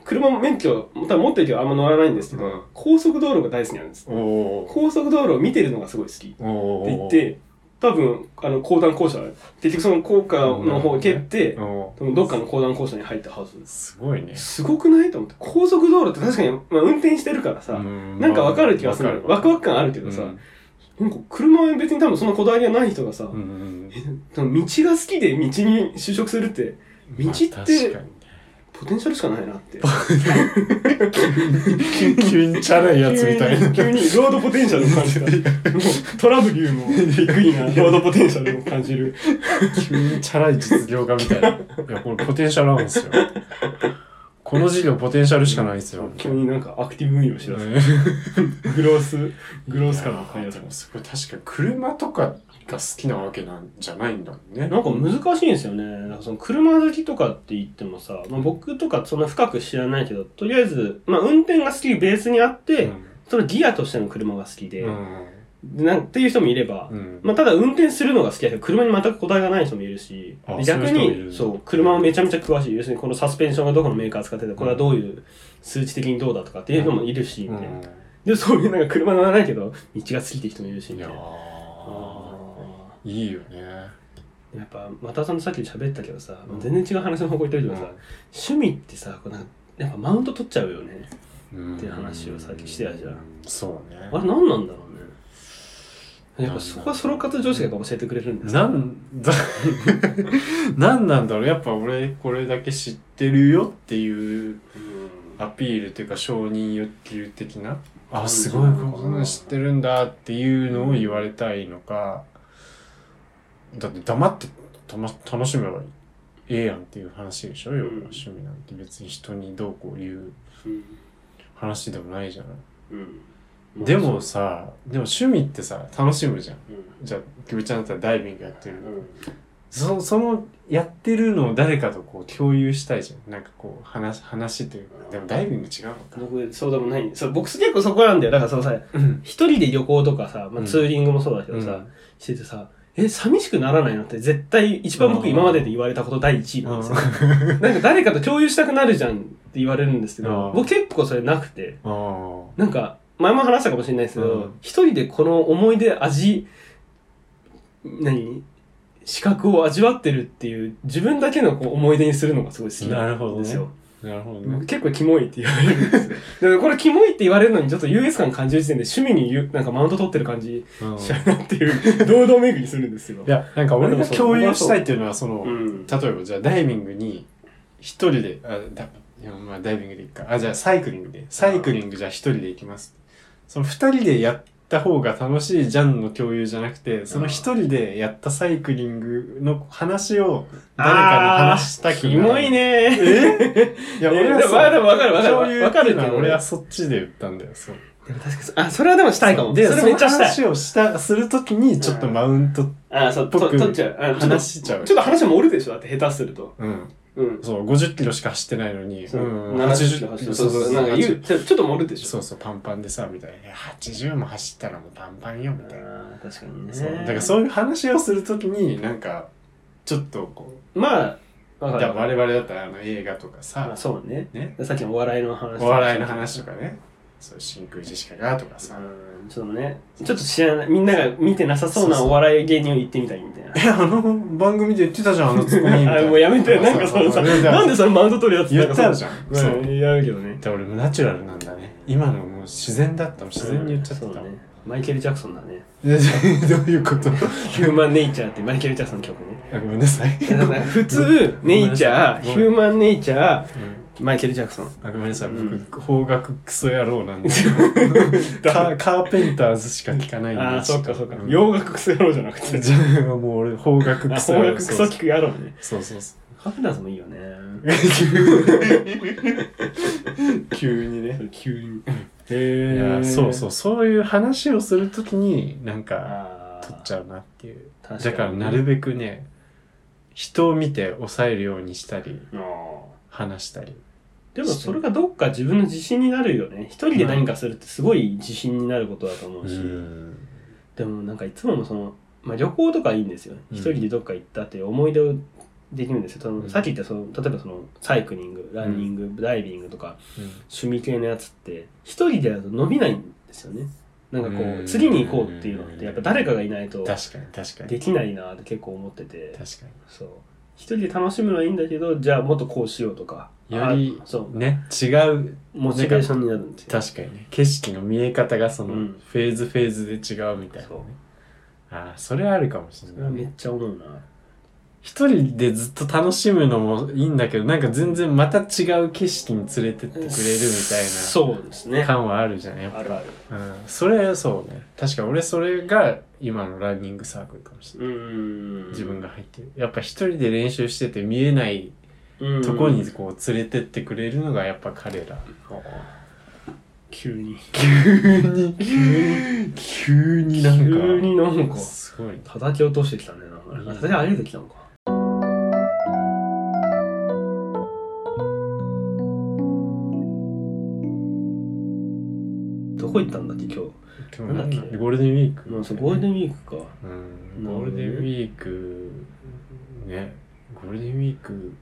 Speaker 1: 車も免許多分持ってるけどあんま乗らないんですけど、
Speaker 2: うん
Speaker 1: 高速道路が大好きなんです
Speaker 2: おお
Speaker 1: 高速道路を見てるのがすごい好き
Speaker 2: ーお
Speaker 1: って
Speaker 2: ー
Speaker 1: 言って、多分、あの、講談校舎、結局その校歌の方を蹴って、
Speaker 2: おお
Speaker 1: 多分どっかの講談校舎に入ったはず。
Speaker 2: すごいね。
Speaker 1: すごくないと思って、高速道路って確かに、まあ運転してるからさ、な
Speaker 2: なん
Speaker 1: かわかる気がする。ワクワク感あるけどさ、なんか車は別に多分そんなこだわりはない人がさ、
Speaker 2: うんうん
Speaker 1: 多分道が好きで道に就職するって、
Speaker 2: うん
Speaker 1: 道って
Speaker 2: まあ確かに
Speaker 1: ポテンシャルしかないなって。
Speaker 2: 急急にチャラいやつみたいな。
Speaker 1: 急に急にロードポテンシャルを感じた。 もうトラブリューもビッグいなロードポテンシャルを感じ る。
Speaker 2: 急にチャラい実業家み たいな。いや、これポテンシャルあるんですよ。この事業ポテンシャルしかないですよ。
Speaker 1: 急になんかアクティブ運用を知らせる。グロース、グロースからの買い出
Speaker 2: でもすごい確かに車とかが好きなわけなんじゃないんだもんね。
Speaker 1: なんか難しいんですよね。なんかその車好きとかって言ってもさ、まあ、僕とかそんな深く知らないけど、とりあえず、まあ、運転が好きベースにあって、そのギアとしての車が好きで、
Speaker 2: うん
Speaker 1: でなんっていう人もいれば、
Speaker 2: うん
Speaker 1: まあ、ただ運転するのが好きだけど、車に全く答えがない人もいるし
Speaker 2: あ、
Speaker 1: で逆
Speaker 2: そういう人もいる
Speaker 1: に、そう、車をめちゃめちゃ詳しい。要するにこのサスペンションがどこのメーカー使ってて、これはどういう数値的にどうだとかっていう人もいるし、みたいなで、そういうなんか車乗らないけど、道が好きって人もいるし、
Speaker 2: い
Speaker 1: みた
Speaker 2: や
Speaker 1: いな。
Speaker 2: ーいいよね。
Speaker 1: やっぱ、またさんとさっき喋ったけどさ、全然違う話の方向行ってるけどさ、趣味ってさ、こうなんかやっぱマウント取っちゃうよね。
Speaker 2: って
Speaker 1: いう話をさっきしてたじゃん。
Speaker 2: そうね。
Speaker 1: あれ何なんだろうね。やっぱそこはソロ活女子がやっぱ教えてくれるんです
Speaker 2: なんだ、 なんなんだろうやっぱ俺これだけ知ってるよっていうアピールというか承認欲求的な、あ、すごい、こんなの知ってるんだっていうのを言われたいのか、だって黙ってたま楽しめばいい。ええやんっていう話でしょ要は
Speaker 1: うん
Speaker 2: 趣味なんて別に人にどうこう言う
Speaker 1: うん。
Speaker 2: 話でもないじゃない。
Speaker 1: うん。
Speaker 2: でもさ、でも趣味ってさ、楽しむじゃん。
Speaker 1: うん、
Speaker 2: じゃあ、キムちゃんだったらダイビングやってる
Speaker 1: う。ん。
Speaker 2: そそのやってるのを誰かとこう共有したいじゃんなんかこう話話というかでもダイビング違うのか
Speaker 1: 僕、そうでもないんでそう僕結構そこなんだよ。だからそのさ、
Speaker 2: うん
Speaker 1: 一人で旅行とかさ、まあ、
Speaker 2: うん
Speaker 1: ツーリングもそうだけどさ、しててさ、え、寂しくならないのって絶対一番僕今までで言われたこと第一位なんですよ。なんか誰かと共有したくなるじゃんって言われるんですけ
Speaker 2: あ
Speaker 1: ど
Speaker 2: あ、
Speaker 1: 僕結構それなくて、
Speaker 2: あー
Speaker 1: なんか前も話したかもしれないですけ
Speaker 2: う
Speaker 1: ど
Speaker 2: ん、
Speaker 1: 一、人でこの思い出、味、何視覚を味わってるっていう自分だけのこう思い出にするのがすごい好き
Speaker 2: な
Speaker 1: な
Speaker 2: るほ
Speaker 1: ん
Speaker 2: どね
Speaker 1: ですよ。
Speaker 2: なるほど
Speaker 1: 僕
Speaker 2: ね
Speaker 1: 結構キモいって言われるん ですよ。でもこれキモいって言われるのにちょっと優越感感じる時点で趣味にゆなんかマウント取ってる感じ
Speaker 2: うん
Speaker 1: しちゃうなって いう、堂々巡りするんですけど
Speaker 2: い。やなんか俺
Speaker 1: でも
Speaker 2: が
Speaker 1: そう
Speaker 2: 共有したいっていうのはその、
Speaker 1: うん
Speaker 2: 例えばじゃあダイビングに一人であだいやまあダイビングでいいかあじゃあサイクリングでサイクリングじゃあ一人で行きますその二人でやった方が楽しいじゃんの共有じゃなくてその一人でやったサイクリングの話を誰かに話したくな
Speaker 1: キ
Speaker 2: る
Speaker 1: モい ね
Speaker 2: えいや
Speaker 1: え
Speaker 2: 俺は
Speaker 1: でも
Speaker 2: そう
Speaker 1: まあでもわかるわかる
Speaker 2: 共有っていうのは
Speaker 1: わかるけどね
Speaker 2: 俺はそっちで言ったんだよそう
Speaker 1: でも確かにそ、あ、それはでもしたいかも。
Speaker 2: で
Speaker 1: それめっちゃしたい。
Speaker 2: その話をしたするときにちょっとマウント
Speaker 1: あ、そう、と
Speaker 2: 僕
Speaker 1: 取っちゃう。あちょっと
Speaker 2: 話しちゃう
Speaker 1: ちょっと話も折るでしょ、だって下手すると。
Speaker 2: うん
Speaker 1: うん。
Speaker 2: そう50キロしか走ってないのに
Speaker 1: そう
Speaker 2: うん
Speaker 1: 70キロ走る。そうそう。なんか言う、ちょちょっと盛るでしょ。
Speaker 2: そうそう、パンパンでさ、みたいな。いや、80も走ったらもうパンパンよ、みたいな。
Speaker 1: あー確かにね。
Speaker 2: そう。だからそういう話をするときに、なんか、ちょっとこう、
Speaker 1: まあ、わか
Speaker 2: だから
Speaker 1: る。
Speaker 2: 我々だったらあの映画とか
Speaker 1: まあ
Speaker 2: さ、
Speaker 1: そうね。
Speaker 2: ね、
Speaker 1: さっきのお笑いの話。
Speaker 2: お笑いの話とかね、そう、真空ジェシカがとかさ、
Speaker 1: うん。ちょっとね、ちょっと知らない、みんなが見てなさそうなお笑い芸人を言ってみたいみたいな。
Speaker 2: え、あの番組で言ってたじゃん、あのツッコミみ たい
Speaker 1: あ、
Speaker 2: な。
Speaker 1: もうやめて、なんかそのさ、なんでそのマウント取るやつ
Speaker 2: 言った
Speaker 1: じ
Speaker 2: じゃん。
Speaker 1: そ
Speaker 2: そうう。
Speaker 1: ん、やるけどね。
Speaker 2: で俺もナチュラルなんだね。今のもう自然だったもん自然に言っちゃってた
Speaker 1: うん
Speaker 2: も。
Speaker 1: そうんね。マイケル・ジャクソンだね。
Speaker 2: え どういうこと
Speaker 1: ヒューマン・ネイチャーってマイケル・ジャクソンの曲ね。
Speaker 2: あごめんなさい。
Speaker 1: いやだから普通、ネイチャー、ヒューマンネイチャー、マイケル・ジャクソン。
Speaker 2: あごめんなさい、僕、
Speaker 1: うん
Speaker 2: 邦楽クソ野郎なんで。カカーペンターズしか聞かないんで。
Speaker 1: ああ、そっかそっか。
Speaker 2: よ
Speaker 1: 洋楽クソ野郎じゃなくて。
Speaker 2: じゃあ、もう俺、邦楽
Speaker 1: あ、
Speaker 2: クソ
Speaker 1: 邦
Speaker 2: 野郎。
Speaker 1: 楽クソ聞く野郎ね。
Speaker 2: そうそうそ
Speaker 1: カフェナーズもいいよね。
Speaker 2: う。急にね。
Speaker 1: 急 に。
Speaker 2: い
Speaker 1: へ
Speaker 2: や
Speaker 1: え。
Speaker 2: そうそう、そういう話をするときに、なんか、
Speaker 1: ああ。
Speaker 2: 取っちゃうなっていう。
Speaker 1: 確か
Speaker 2: だ
Speaker 1: に
Speaker 2: から、なるべくね、人を見て抑えるようにしたり、
Speaker 1: あー
Speaker 2: 話したり。
Speaker 1: でもそれがどっか自分の自信になるよね。一人で何かするってすごい自信になることだと思うし。
Speaker 2: ん。
Speaker 1: でもなんかいつものその、まあ、旅行とかいいんですよ。
Speaker 2: うん
Speaker 1: 一人でどっか行ったっていう思い出をできるんですよ。その
Speaker 2: うん
Speaker 1: さっき言ったその、例えばそのサイクリング、ランニング、ダイビングとか趣味系のやつって、一人でやると伸びないんですよね。なんかこ
Speaker 2: う
Speaker 1: う、
Speaker 2: ん
Speaker 1: 次に行こうっていうのって、やっぱ誰かがいないと
Speaker 2: 確かに、確かに。
Speaker 1: できないなって結構思ってて。
Speaker 2: 確か
Speaker 1: そう。一人で楽しむのはいいんだけど、じゃあもっとこうしようとか。
Speaker 2: より
Speaker 1: あそう。
Speaker 2: に。ね、違う
Speaker 1: モチベーションになるんですよ。
Speaker 2: 確かにね景色の見え方がその
Speaker 1: うん
Speaker 2: フェーズフェーズで違うみたいなね、
Speaker 1: そう
Speaker 2: ああそれあるかもしれ
Speaker 1: それ
Speaker 2: な
Speaker 1: はいめっ
Speaker 2: ね
Speaker 1: ちゃ思うな。
Speaker 2: 一人でずっと楽しむのもいいんだけどなんか全然また違う景色に連れてってくれるみたい
Speaker 1: そうです
Speaker 2: な
Speaker 1: ね。
Speaker 2: 感はあるじゃんやっぱ、
Speaker 1: あるある。
Speaker 2: うん、それそうね確か俺それが今のランニングサークルかもしれない、
Speaker 1: うーん。
Speaker 2: 自分が入ってるやっぱ一人で練習してて見えない
Speaker 1: うん
Speaker 2: とこにこう連れてってくれるのがやっぱ彼ら、
Speaker 1: 急に
Speaker 2: 急に急になんか
Speaker 1: 急になんか
Speaker 2: すごいね
Speaker 1: 叩き落としてきたねなんか叩き上げてきたのかどこ行ったんだっけ今日
Speaker 2: でもなん
Speaker 1: な
Speaker 2: だ
Speaker 1: んだっけ
Speaker 2: ゴールデンウィーク、
Speaker 1: まあそうゴールデンウィークか
Speaker 2: うん、
Speaker 1: なる
Speaker 2: ゴ
Speaker 1: ほどね
Speaker 2: ールデンウィークねゴールデンウィーク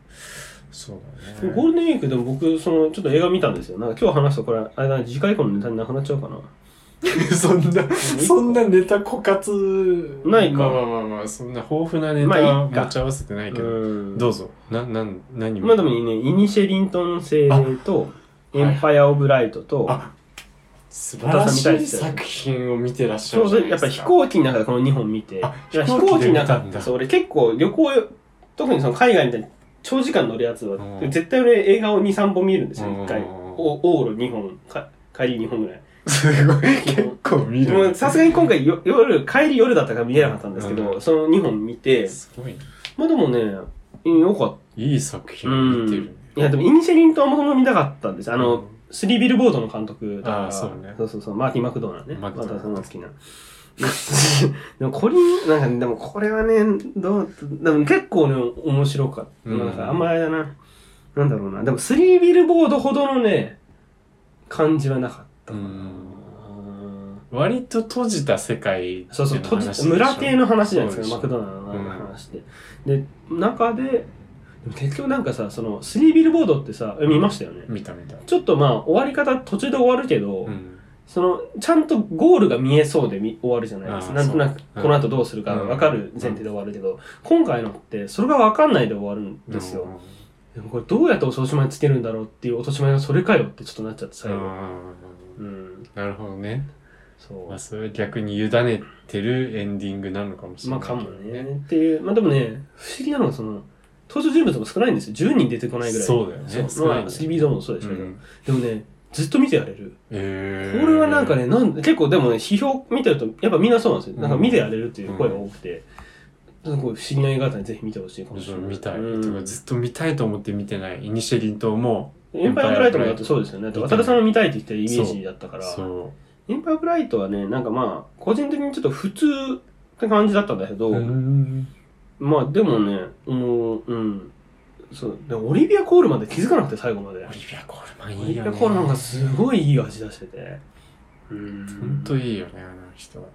Speaker 2: そうだね
Speaker 1: ゴールデンウィークでも僕そのちょっと映画見たんですよなんか今日話すとこれあれだな次回以降のネタになくなっちゃうかな
Speaker 2: そんなそんなネタ枯渇
Speaker 1: ないか
Speaker 2: まあまあまあまあそんな豊富なネタ
Speaker 1: まあいい
Speaker 2: は
Speaker 1: か
Speaker 2: 持ち合わせてないけど、
Speaker 1: うん
Speaker 2: どうぞななん何
Speaker 1: まあでもいいねイニシェリントン精霊とエンパイア・オブ・ライトと、
Speaker 2: あ素晴らしい作品を見てらっしゃ
Speaker 1: そ
Speaker 2: る
Speaker 1: う
Speaker 2: じ
Speaker 1: そ
Speaker 2: ゃな
Speaker 1: う
Speaker 2: い
Speaker 1: やっ
Speaker 2: ですか
Speaker 1: ぱ飛行機の中でこの2本見て、い
Speaker 2: あ
Speaker 1: や
Speaker 2: 飛
Speaker 1: 飛
Speaker 2: 行機
Speaker 1: 行機の
Speaker 2: で見た
Speaker 1: 中
Speaker 2: んだ
Speaker 1: そう俺結構旅行、特にその海外みたいに長時間乗るやつは
Speaker 2: う、ん
Speaker 1: 絶対俺映画を2、3本見るんですよ、
Speaker 2: うん
Speaker 1: 1回。おオール2本、か帰り2本ぐらい。
Speaker 2: すごい結構見るね
Speaker 1: もうさすがに今回よ夜、帰り夜だったから見れなかったんですけど、
Speaker 2: う
Speaker 1: その2本見て、
Speaker 2: すごいね
Speaker 1: まあでもね、よかっ
Speaker 2: いい作
Speaker 1: た。
Speaker 2: 品
Speaker 1: う
Speaker 2: を
Speaker 1: ん
Speaker 2: 見てる。
Speaker 1: いやでもイニシェリントンも見たかったんです。あ
Speaker 2: あ
Speaker 1: の、スリービルボードの監督だから
Speaker 2: あーそうね
Speaker 1: そうそうそうマーティ・マクドーナルね
Speaker 2: マクドナル
Speaker 1: またその好きな でもこれなんかねでもこれはねどうでも結構ね面白かった、
Speaker 2: うん
Speaker 1: なんかあんまあれだななんだろうなでもスリービルボードほどのね感じはなかったかな、
Speaker 2: うん割と閉じた世界ってい
Speaker 1: そうそう、
Speaker 2: の
Speaker 1: 閉
Speaker 2: 話でし
Speaker 1: じ
Speaker 2: ょ
Speaker 1: 村系の話じゃないですか、
Speaker 2: そ
Speaker 1: マク
Speaker 2: うでしょ
Speaker 1: ドナルドの話で。で、中で、でも結局なんかさ、その、スリービルボードってさ、え見ましたよね。
Speaker 2: 見た見た。
Speaker 1: ちょっとまあ、終わり方途中で終わるけど、
Speaker 2: うん
Speaker 1: そのちゃんとゴールが見えそうで見終わるじゃないですか。
Speaker 2: あー
Speaker 1: なんとなく
Speaker 2: そう
Speaker 1: この後どうするか
Speaker 2: うん
Speaker 1: 分かる前提で終わるけど、今回のってそれが分かんないで終わるんですよ。。でもこれどうやって落とし前つけるんだろうっていう落とし前がそれかよってちょっとなっちゃって
Speaker 2: うん
Speaker 1: 最
Speaker 2: うん
Speaker 1: 後。
Speaker 2: うん
Speaker 1: うん、
Speaker 2: なるほどね。
Speaker 1: そう
Speaker 2: まあ、。それは逆に委ねてるエンディングなのかもしれ
Speaker 1: ま
Speaker 2: な
Speaker 1: あ
Speaker 2: いけ
Speaker 1: か
Speaker 2: どね。
Speaker 1: もね。っていう、まあでもね、不思議なのがその、登場人物も少ないんですよ。10人出てこないぐらい。
Speaker 2: そうだよね
Speaker 1: そう
Speaker 2: 少ないね
Speaker 1: まあ、3B ゾーンもそうでしょうけど、
Speaker 2: ん
Speaker 1: でもね、ずっと見てられる。
Speaker 2: えー
Speaker 1: これはなんかね、なん結構でもね、批評見てると、やっぱみんなそうなんですよ。なんか見てやれるっていう声が多くて、なんかこう不思議な映画館にぜひ見てほしいかもしれない。
Speaker 2: 見たい。
Speaker 1: うん
Speaker 2: てかずっと見たいと思って見てない。イニシェリン島も、
Speaker 1: エンパイアブライトもだってそうですよね。だって渡辺さんも見たいって言ってるイメージだったから、
Speaker 2: そ
Speaker 1: エンパイアブライトはね、なんかまあ、個人的にちょっと普通って感じだったんだけど、
Speaker 2: う。うん
Speaker 1: まあでもね、もう、うん。そう、でオリビア・コールマンで気づかなくて最後まで。
Speaker 2: オリビア・コールマンいいよ
Speaker 1: オリ
Speaker 2: ね。
Speaker 1: ビア・コールマンがすごいいい味出してて。う
Speaker 2: ほ
Speaker 1: ん
Speaker 2: んといいよね、あの人は。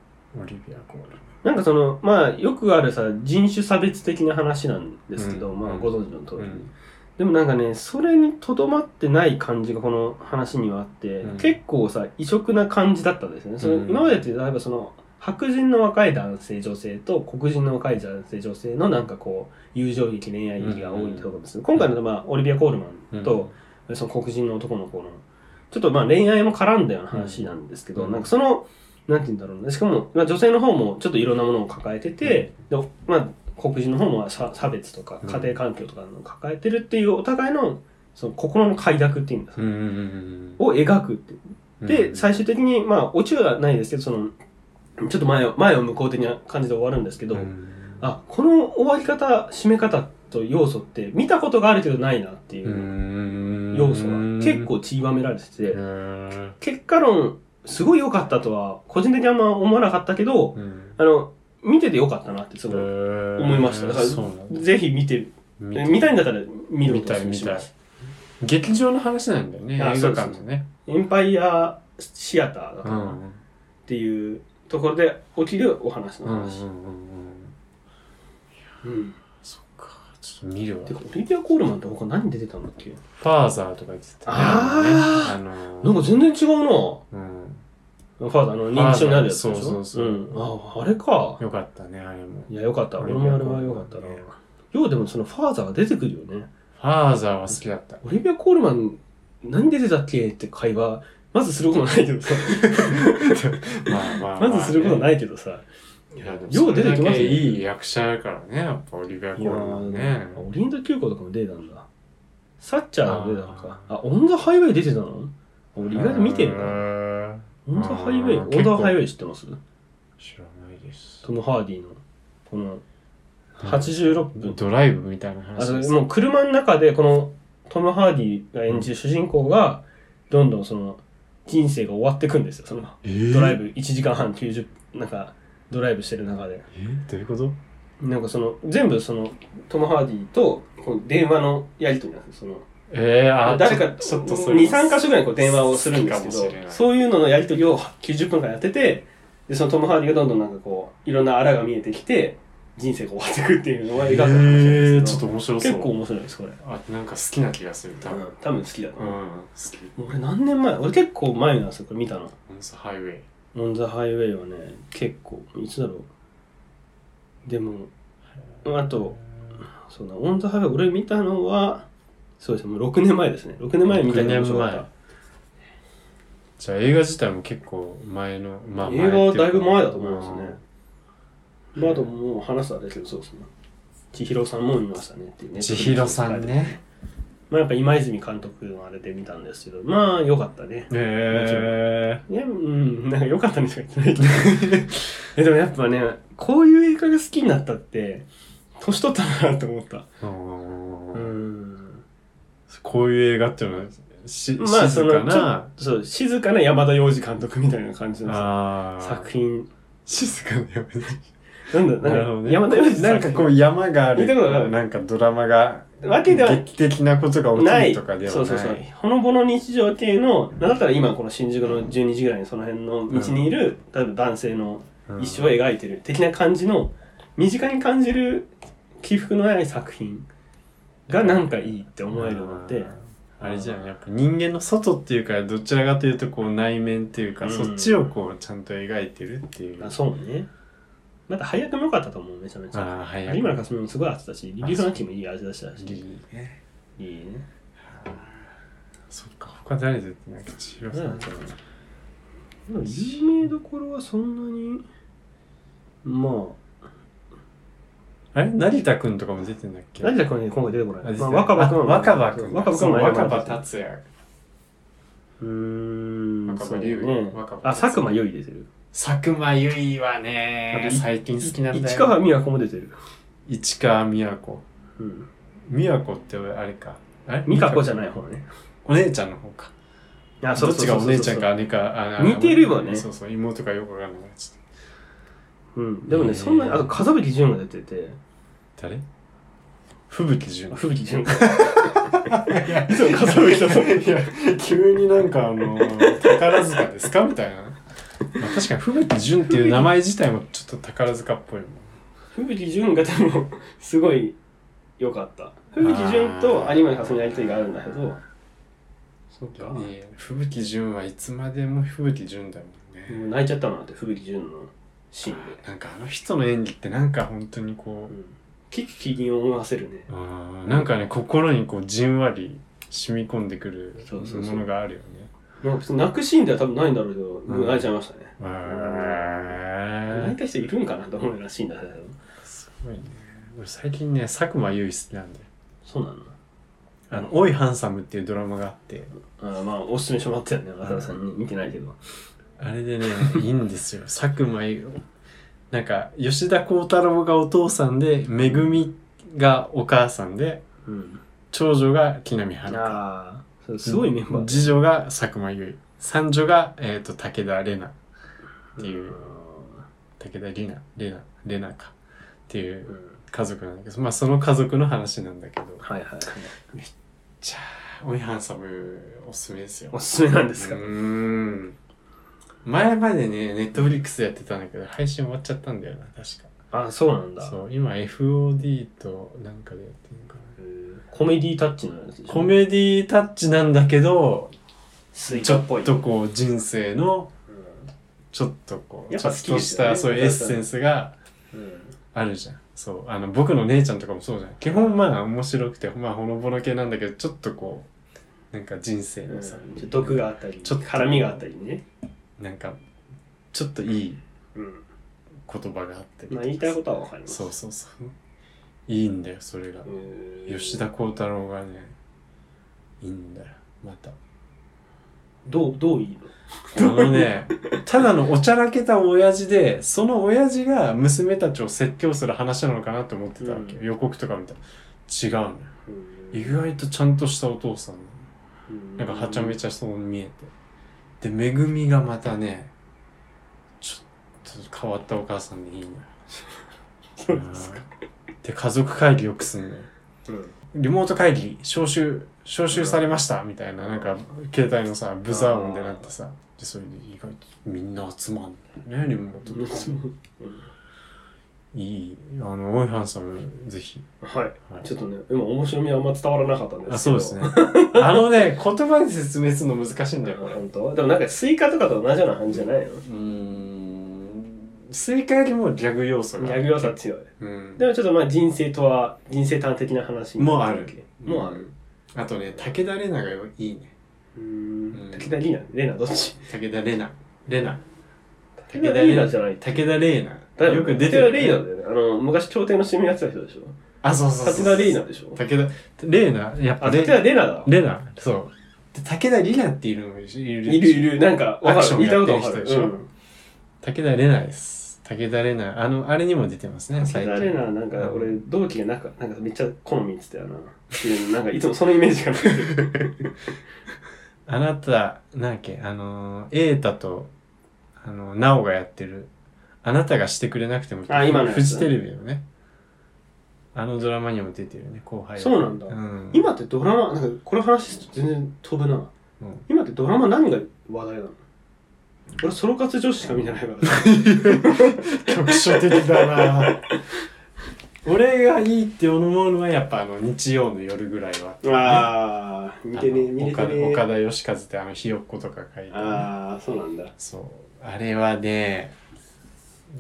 Speaker 2: オリビア・コールマン。
Speaker 1: なんかその、まあ、よくあるさ、人種差別的な話なんですけど、
Speaker 2: うん
Speaker 1: まあ、
Speaker 2: うん
Speaker 1: ご存知の通り、
Speaker 2: うん
Speaker 1: でもなんかね、それにとどまってない感じがこの話にはあって、
Speaker 2: うん
Speaker 1: 結構さ、異色な感じだったんですよね。その
Speaker 2: うん
Speaker 1: 今までって、例えばその、白人の若い男性女性と黒人の若い男性女性のなんかこう、友情劇、恋愛劇が多いってことですけど、今回のまあ、オリビア・コールマンと、その黒人の男の子の、ちょっとまあ恋愛も絡んだような話なんですけど、
Speaker 2: うん
Speaker 1: なんかその、なんて言うんだろうね。しかも、まあ、女性の方もちょっといろんなものを抱えてて、でまあ、黒人の方もさ差別とか
Speaker 2: うん
Speaker 1: 家庭環境とかのを抱えてるっていうお互いのその心の快諾っていうんですか、
Speaker 2: うんうんうん
Speaker 1: を描くって。
Speaker 2: うん。
Speaker 1: で、最終的に、まあ、オチはないですけど、その、ちょっと前を、前を向こう的な感じで終わるんですけど、
Speaker 2: うん
Speaker 1: あ、この終わり方、締め方と要素って、見たことがあるけどないなっていう要素が結、構散りばめられてて、
Speaker 2: うん
Speaker 1: 結果論、すごい良かったとは、個人的にあんま思わなかったけど、
Speaker 2: うん
Speaker 1: あの、見てて良かったなってすごい、思いましただから
Speaker 2: そうなんだ
Speaker 1: ぜひ見て、
Speaker 2: 見て
Speaker 1: 見たいんだったら見る
Speaker 2: 見たい見たい。劇場の話なんだよね、映
Speaker 1: あ
Speaker 2: 画館でね。
Speaker 1: エンパイアシアターだか
Speaker 2: う
Speaker 1: ら
Speaker 2: ん
Speaker 1: っ。ていうところで起きるお話の
Speaker 2: うんうんうん
Speaker 1: 話。
Speaker 2: うん
Speaker 1: うん。
Speaker 2: そっか、ちょっと見るわ
Speaker 1: て。か、オリビア・コールマンって他何出てたんだっけ
Speaker 2: ファーザーとか言ってたね。
Speaker 1: あー
Speaker 2: あの
Speaker 1: なん
Speaker 2: ー
Speaker 1: か全然違うな。
Speaker 2: うん
Speaker 1: ファーザー、あの、認知症になるやつでしょ
Speaker 2: そうそうそう
Speaker 1: うん。あ、あれか。
Speaker 2: よかったね、あれも。
Speaker 1: いや、よかった。
Speaker 2: オ
Speaker 1: 俺
Speaker 2: リビア
Speaker 1: もあれはよかったな
Speaker 2: コールマンね。
Speaker 1: ようでもそのファーザーが出てくるよね。
Speaker 2: ファーザーは好きだった。
Speaker 1: オリビア・コールマン、何出てたっけって会話、まずすることないけどさ。
Speaker 2: まあまあま
Speaker 1: ま
Speaker 2: あね。
Speaker 1: ずすることないけどさ。
Speaker 2: いや、でも
Speaker 1: よう出てきますね
Speaker 2: それだけいい役者やからね、やっぱオリビア・コ
Speaker 1: い
Speaker 2: ー
Speaker 1: や
Speaker 2: ルマ
Speaker 1: ー
Speaker 2: ンね。
Speaker 1: オリエント急行とかも出てたんだ。サッチャーも出たのか。あオン・ザ・ハイウェイ出てたの俺意外と見てる
Speaker 2: う
Speaker 1: な。
Speaker 2: ーん
Speaker 1: オン・ザ・ハイウェイ、
Speaker 2: あ
Speaker 1: オ
Speaker 2: ー
Speaker 1: ン・ザ・ハイウェイ知ってます
Speaker 2: 知らないです
Speaker 1: ト。ム・ハーディの、この、86分。
Speaker 2: ドライブみたいな
Speaker 1: あ
Speaker 2: 話で
Speaker 1: の
Speaker 2: す。
Speaker 1: もう車の中で、この、トム・ハーディが演じる主人公が、どんどんその、人生が終わってくんですよ。その、ドライブ1時間半90、なんか、ドライブしてる中で。
Speaker 2: えーどういうこと
Speaker 1: なんかその、全部その、トム・ハーディと、こう電話のやりとりなんですよ。その、
Speaker 2: えー、あー、
Speaker 1: 誰か
Speaker 2: ちょっとそれ
Speaker 1: 23三箇所ぐらいこう電話をするんですけ
Speaker 2: 好きかもしれな
Speaker 1: ど
Speaker 2: い
Speaker 1: そういうののやり取りを90分間やっててでそのトム・ハーディがどんどんなんかこういろんなあらが見えてきて人生が終わっていくっていうのを描く話なん
Speaker 2: えー、
Speaker 1: で
Speaker 2: ち
Speaker 1: す
Speaker 2: ょっ
Speaker 1: け
Speaker 2: と
Speaker 1: ど
Speaker 2: 面白そう。
Speaker 1: 結構面白いですこれ
Speaker 2: あ、なんか好きな気がする、多分。
Speaker 1: 多分好きだと
Speaker 2: う
Speaker 1: 思
Speaker 2: ん、好き。
Speaker 1: う俺何年前俺結構前なんですよこれ見たの
Speaker 2: モンスハイウェイ。
Speaker 1: 「オン・ザ・ハイウェイ」はね結構いつだろうでもあとそうだ「オン・ザ・ハイウェイ」俺見たのはそうですねもう6年前ですね6年前に見たのが面白かっ
Speaker 2: 6年前
Speaker 1: た
Speaker 2: じゃあ映画自体も結構前の、まあ
Speaker 1: 映画はだいぶ前だと思い
Speaker 2: い
Speaker 1: ま
Speaker 2: ますす
Speaker 1: ね。まあ、あともう話すあれですけど、そうですね。千尋さんも見ましたねっていうね。
Speaker 2: 千尋さん。ね。
Speaker 1: まあ、やっぱ今泉監督のあれで見たんですけど、まあ、良かったね。
Speaker 2: え
Speaker 1: いや、うん、なんか良かったんですか言ってないけど えでもやっぱね、こういう映画が好きになったって、年取ったなと思った。う
Speaker 2: ー。うん
Speaker 1: ん。
Speaker 2: こういう映画っていうのは、し、
Speaker 1: まあ、そ
Speaker 2: 静
Speaker 1: の
Speaker 2: か、
Speaker 1: ちょ
Speaker 2: な、
Speaker 1: そう、静かな山田洋次監督みたいな感じのさ
Speaker 2: あー
Speaker 1: 作。品。
Speaker 2: 静かな山
Speaker 1: なんだ、
Speaker 2: なる
Speaker 1: な
Speaker 2: ほ
Speaker 1: んか、
Speaker 2: どね。
Speaker 1: 山田洋次
Speaker 2: なんかこう山があ
Speaker 1: 見たことない
Speaker 2: る、なんかドラマが、
Speaker 1: わけでは
Speaker 2: 劇的なことが
Speaker 1: な
Speaker 2: 起き
Speaker 1: い
Speaker 2: るとかではな
Speaker 1: そ
Speaker 2: い。
Speaker 1: うそうそうほのぼの日常系のなんだったら今この新宿の12時ぐらいにその辺の道にいる、例えば男性の
Speaker 2: うん
Speaker 1: 一生を描いてる的な感じの身近に感じる起伏のない作品がなんかいいって思えるので、
Speaker 2: あれじゃんやっぱ人間の外っていうかどちらかというとこう内面っていうか、
Speaker 1: うん
Speaker 2: そっちをこうちゃんと描いてるっていう
Speaker 1: あそうねまた早くも良かったと思うめちゃめちゃ
Speaker 2: ああ早い
Speaker 1: 有村架純もすごい味だしリリー・フランキーもいい味だしたしいいね
Speaker 2: そっか他誰出てないか千尋さんとか
Speaker 1: でも有名どころはそんなにまあ
Speaker 2: あれ成田君とかも出てんだっけ
Speaker 1: 成田君はね今回出てこな
Speaker 2: あ
Speaker 1: い。
Speaker 2: 出て
Speaker 1: まあ、
Speaker 2: ない
Speaker 1: 若葉君
Speaker 2: あ
Speaker 1: は。
Speaker 2: 若葉君
Speaker 1: 若葉
Speaker 2: そ
Speaker 1: 君
Speaker 2: う
Speaker 1: も前
Speaker 2: 若
Speaker 1: 々
Speaker 2: 葉
Speaker 1: 出てる
Speaker 2: 達也
Speaker 1: うーん。
Speaker 2: 若葉
Speaker 1: そう
Speaker 2: 龍
Speaker 1: ね
Speaker 2: 若葉
Speaker 1: あ、佐久間由衣出てる。
Speaker 2: 佐久間由衣は
Speaker 1: あ
Speaker 2: ね
Speaker 1: とい
Speaker 2: 最近好きなんだよ
Speaker 1: 市川美和子も出てる。
Speaker 2: 市川美和子
Speaker 1: うん。
Speaker 2: 美和子ってあれかあれ
Speaker 1: 美香子じゃ
Speaker 2: い
Speaker 1: ない方ね。
Speaker 2: お姉ちゃんの方か
Speaker 1: あ、
Speaker 2: どっちがお姉ちゃんか。姉かあ
Speaker 1: 似てるよね
Speaker 2: そうそう妹かよくわかんないちょっと
Speaker 1: うん。でもね、そんなに、あと、風吹淳が出てて。
Speaker 2: 誰吹雪純
Speaker 1: あ風吹淳。いつも風吹だと思う。
Speaker 2: いや急になんかあの宝塚ですかみたいな、まあ、確かに吹雪純っていう名前自体もちょっと宝塚っぽいもん
Speaker 1: 風吹淳がでも、すごい良かった。風吹淳と有村架純のやりとりがあるんだけど。そうか。も
Speaker 2: いや吹雪純はいつまでも吹雪純だもんね、
Speaker 1: う泣いちゃったなって、風吹淳のシーンで。
Speaker 2: なんかあの人の演技ってなんか本当にこ
Speaker 1: う。
Speaker 2: うん
Speaker 1: キキキに思わせるね。
Speaker 2: あーなんかね心にこうじんわり染み込んでくる
Speaker 1: そうそうそう
Speaker 2: ものがあるよね
Speaker 1: なんか別に泣くシーンでは多分ないんだろうけど、
Speaker 2: うん
Speaker 1: 泣いちゃいましたね。
Speaker 2: わー
Speaker 1: 泣いた人いるんかなと思うらしいんだけど。
Speaker 2: すごいね俺最近ね佐久間由衣好きなんだよ
Speaker 1: そうなの
Speaker 2: あの、おいハンサムっていうドラマがあって、
Speaker 1: あーまあ、おすすめしてもらったよね、浅田さんに。見てないけど。
Speaker 2: あれで ね、いいんですよ。佐久間由なんか、吉田鋼太郎がお父さんで、めぐみがお母さんで、
Speaker 1: うん。
Speaker 2: 長女が木南花香。
Speaker 1: ああ、そうすごいメンバー。
Speaker 2: 次女が佐久間由衣。三女が、えっ、と、武田玲奈。っていう、武田里奈、玲奈、玲奈か。っていううん家族なんだけど、まあその家族の話なんだけど。
Speaker 1: はいはい。
Speaker 2: じゃあ、おいハンサムおすすめですよ。
Speaker 1: おすすめなんですか
Speaker 2: う。ーん前までねネットフリックスやってたんだけど配信終わっちゃったんだよな確
Speaker 1: あーそうなんだ
Speaker 2: か。そう今 FOD となんかでやってるのか
Speaker 1: へ
Speaker 2: な
Speaker 1: ーコメディタッチのやつでしょ
Speaker 2: コメディタッチなんだけど
Speaker 1: スイ
Speaker 2: ち
Speaker 1: カ
Speaker 2: ょ
Speaker 1: っぽい。
Speaker 2: っとこう人生の
Speaker 1: う
Speaker 2: ちょっとこう
Speaker 1: やっ
Speaker 2: ちょ
Speaker 1: ぱ
Speaker 2: っ
Speaker 1: 好き
Speaker 2: と
Speaker 1: だ
Speaker 2: した
Speaker 1: よね
Speaker 2: そういうエッセンスが
Speaker 1: んうん
Speaker 2: あるじゃんそうあの僕の姉ちゃんとかもそうじゃん基本まあ面白くてまあほのぼの系なんだけどちょっとこうなんか人生
Speaker 1: うん
Speaker 2: の
Speaker 1: ちょ
Speaker 2: さ、
Speaker 1: っと毒があったり、
Speaker 2: ちょっと
Speaker 1: 絡みがあったりね。
Speaker 2: なんかちょっといい
Speaker 1: うん。
Speaker 2: 言葉があったりと
Speaker 1: ま
Speaker 2: か
Speaker 1: あ、言いたいことはわかります。
Speaker 2: そうそうそう。いいんだよ、それが。
Speaker 1: へー
Speaker 2: 吉田鋼太郎がね、いいんだよ、また。
Speaker 1: どう、どういい
Speaker 2: あのね、ただのおちゃらけた親父で、その親父が娘たちを説教する話なのかなって思ってたわけよ。
Speaker 1: うん
Speaker 2: 予告とか見たら。違うのよ。意
Speaker 1: の
Speaker 2: 外とちゃんとしたお父さんなのなんかはちゃめ
Speaker 1: ち
Speaker 2: ちゃそうに見えて。で、めぐみがまたね、ちょっと変わったお母さんでいいの
Speaker 1: ゃ。
Speaker 2: よ。
Speaker 1: そうですか。
Speaker 2: で、家族会議よくすんのよ。
Speaker 1: うん
Speaker 2: リモート会議、招集、招集されました、みたいな、なんか、携帯のさ、ブザー音でなってさ、で、それで意外とみんな集まんだよね、リモートとか。いい、あの、オイハンさん、ぜひ。
Speaker 1: はい。
Speaker 2: はい
Speaker 1: ちょっとね、今面白みはあんま伝わらなかったんですけど。
Speaker 2: あ、そうですね。あのね、言葉で説明するの難しいんだよ、これ。う
Speaker 1: 本当でもなんかスイカとかと同じような感じじゃないの
Speaker 2: ーん。スイカよりもギャグ要素が。
Speaker 1: 逆要素は強い。
Speaker 2: うん。
Speaker 1: でもちょっとまあ人生とは、人生端的な話になってるわけもうある。。
Speaker 2: あとね、武田玲奈がいいね。
Speaker 1: う
Speaker 2: うんん
Speaker 1: 武田リーナ、レナどっち
Speaker 2: 武田玲奈。玲奈。
Speaker 1: 武田リーナじゃない。
Speaker 2: 武田玲
Speaker 1: だ
Speaker 2: 奈。よく出て
Speaker 1: る。武
Speaker 2: る、
Speaker 1: 田リーナだよね。あの、昔朝廷の締めやってた人でしょ。
Speaker 2: あ、そうそうそう
Speaker 1: 武田リーナでしょ。
Speaker 2: 武田、レーナ、やっぱ
Speaker 1: あ、
Speaker 2: レ
Speaker 1: 武田レナだわ。
Speaker 2: レーナ、そう。で武田リナっていうのもいる
Speaker 1: いるいる、なんか、
Speaker 2: ア
Speaker 1: わ
Speaker 2: ク
Speaker 1: か
Speaker 2: ショ
Speaker 1: る。
Speaker 2: ン
Speaker 1: 見た
Speaker 2: やっ
Speaker 1: ことわか
Speaker 2: てる人
Speaker 1: る。
Speaker 2: でしょ。
Speaker 1: うん
Speaker 2: 武田レナです。武田レナ、あの、あれにも出てますね、
Speaker 1: 武田レナ、なんか俺、同期がなんか、なんかめっちゃ好みって言ってたよな。っていうなんかいつもそのイメージが ない。
Speaker 2: あなた、なんだっけ、あの、エータと、あの、ナオがやってる、あなたがしてくれなくても、
Speaker 1: あ今のやつ
Speaker 2: フジテレビのね。あのドラマにも出てるね、後輩が
Speaker 1: そうなんだ
Speaker 2: うん、
Speaker 1: 今ってドラマ、なんかこれ話すと全然飛ぶな。
Speaker 2: うん
Speaker 1: 今ってドラマ何が話題なの俺ソロ活女子しか見てないから
Speaker 2: 局所的だな俺がいいって思うのはやっぱあの日曜の夜ぐらいは
Speaker 1: ああ見てね
Speaker 2: あの
Speaker 1: 見れて
Speaker 2: 岡
Speaker 1: ね
Speaker 2: 岡田義和ってあのひよっことか書いてあ
Speaker 1: ああそうなんだ
Speaker 2: そうあれはね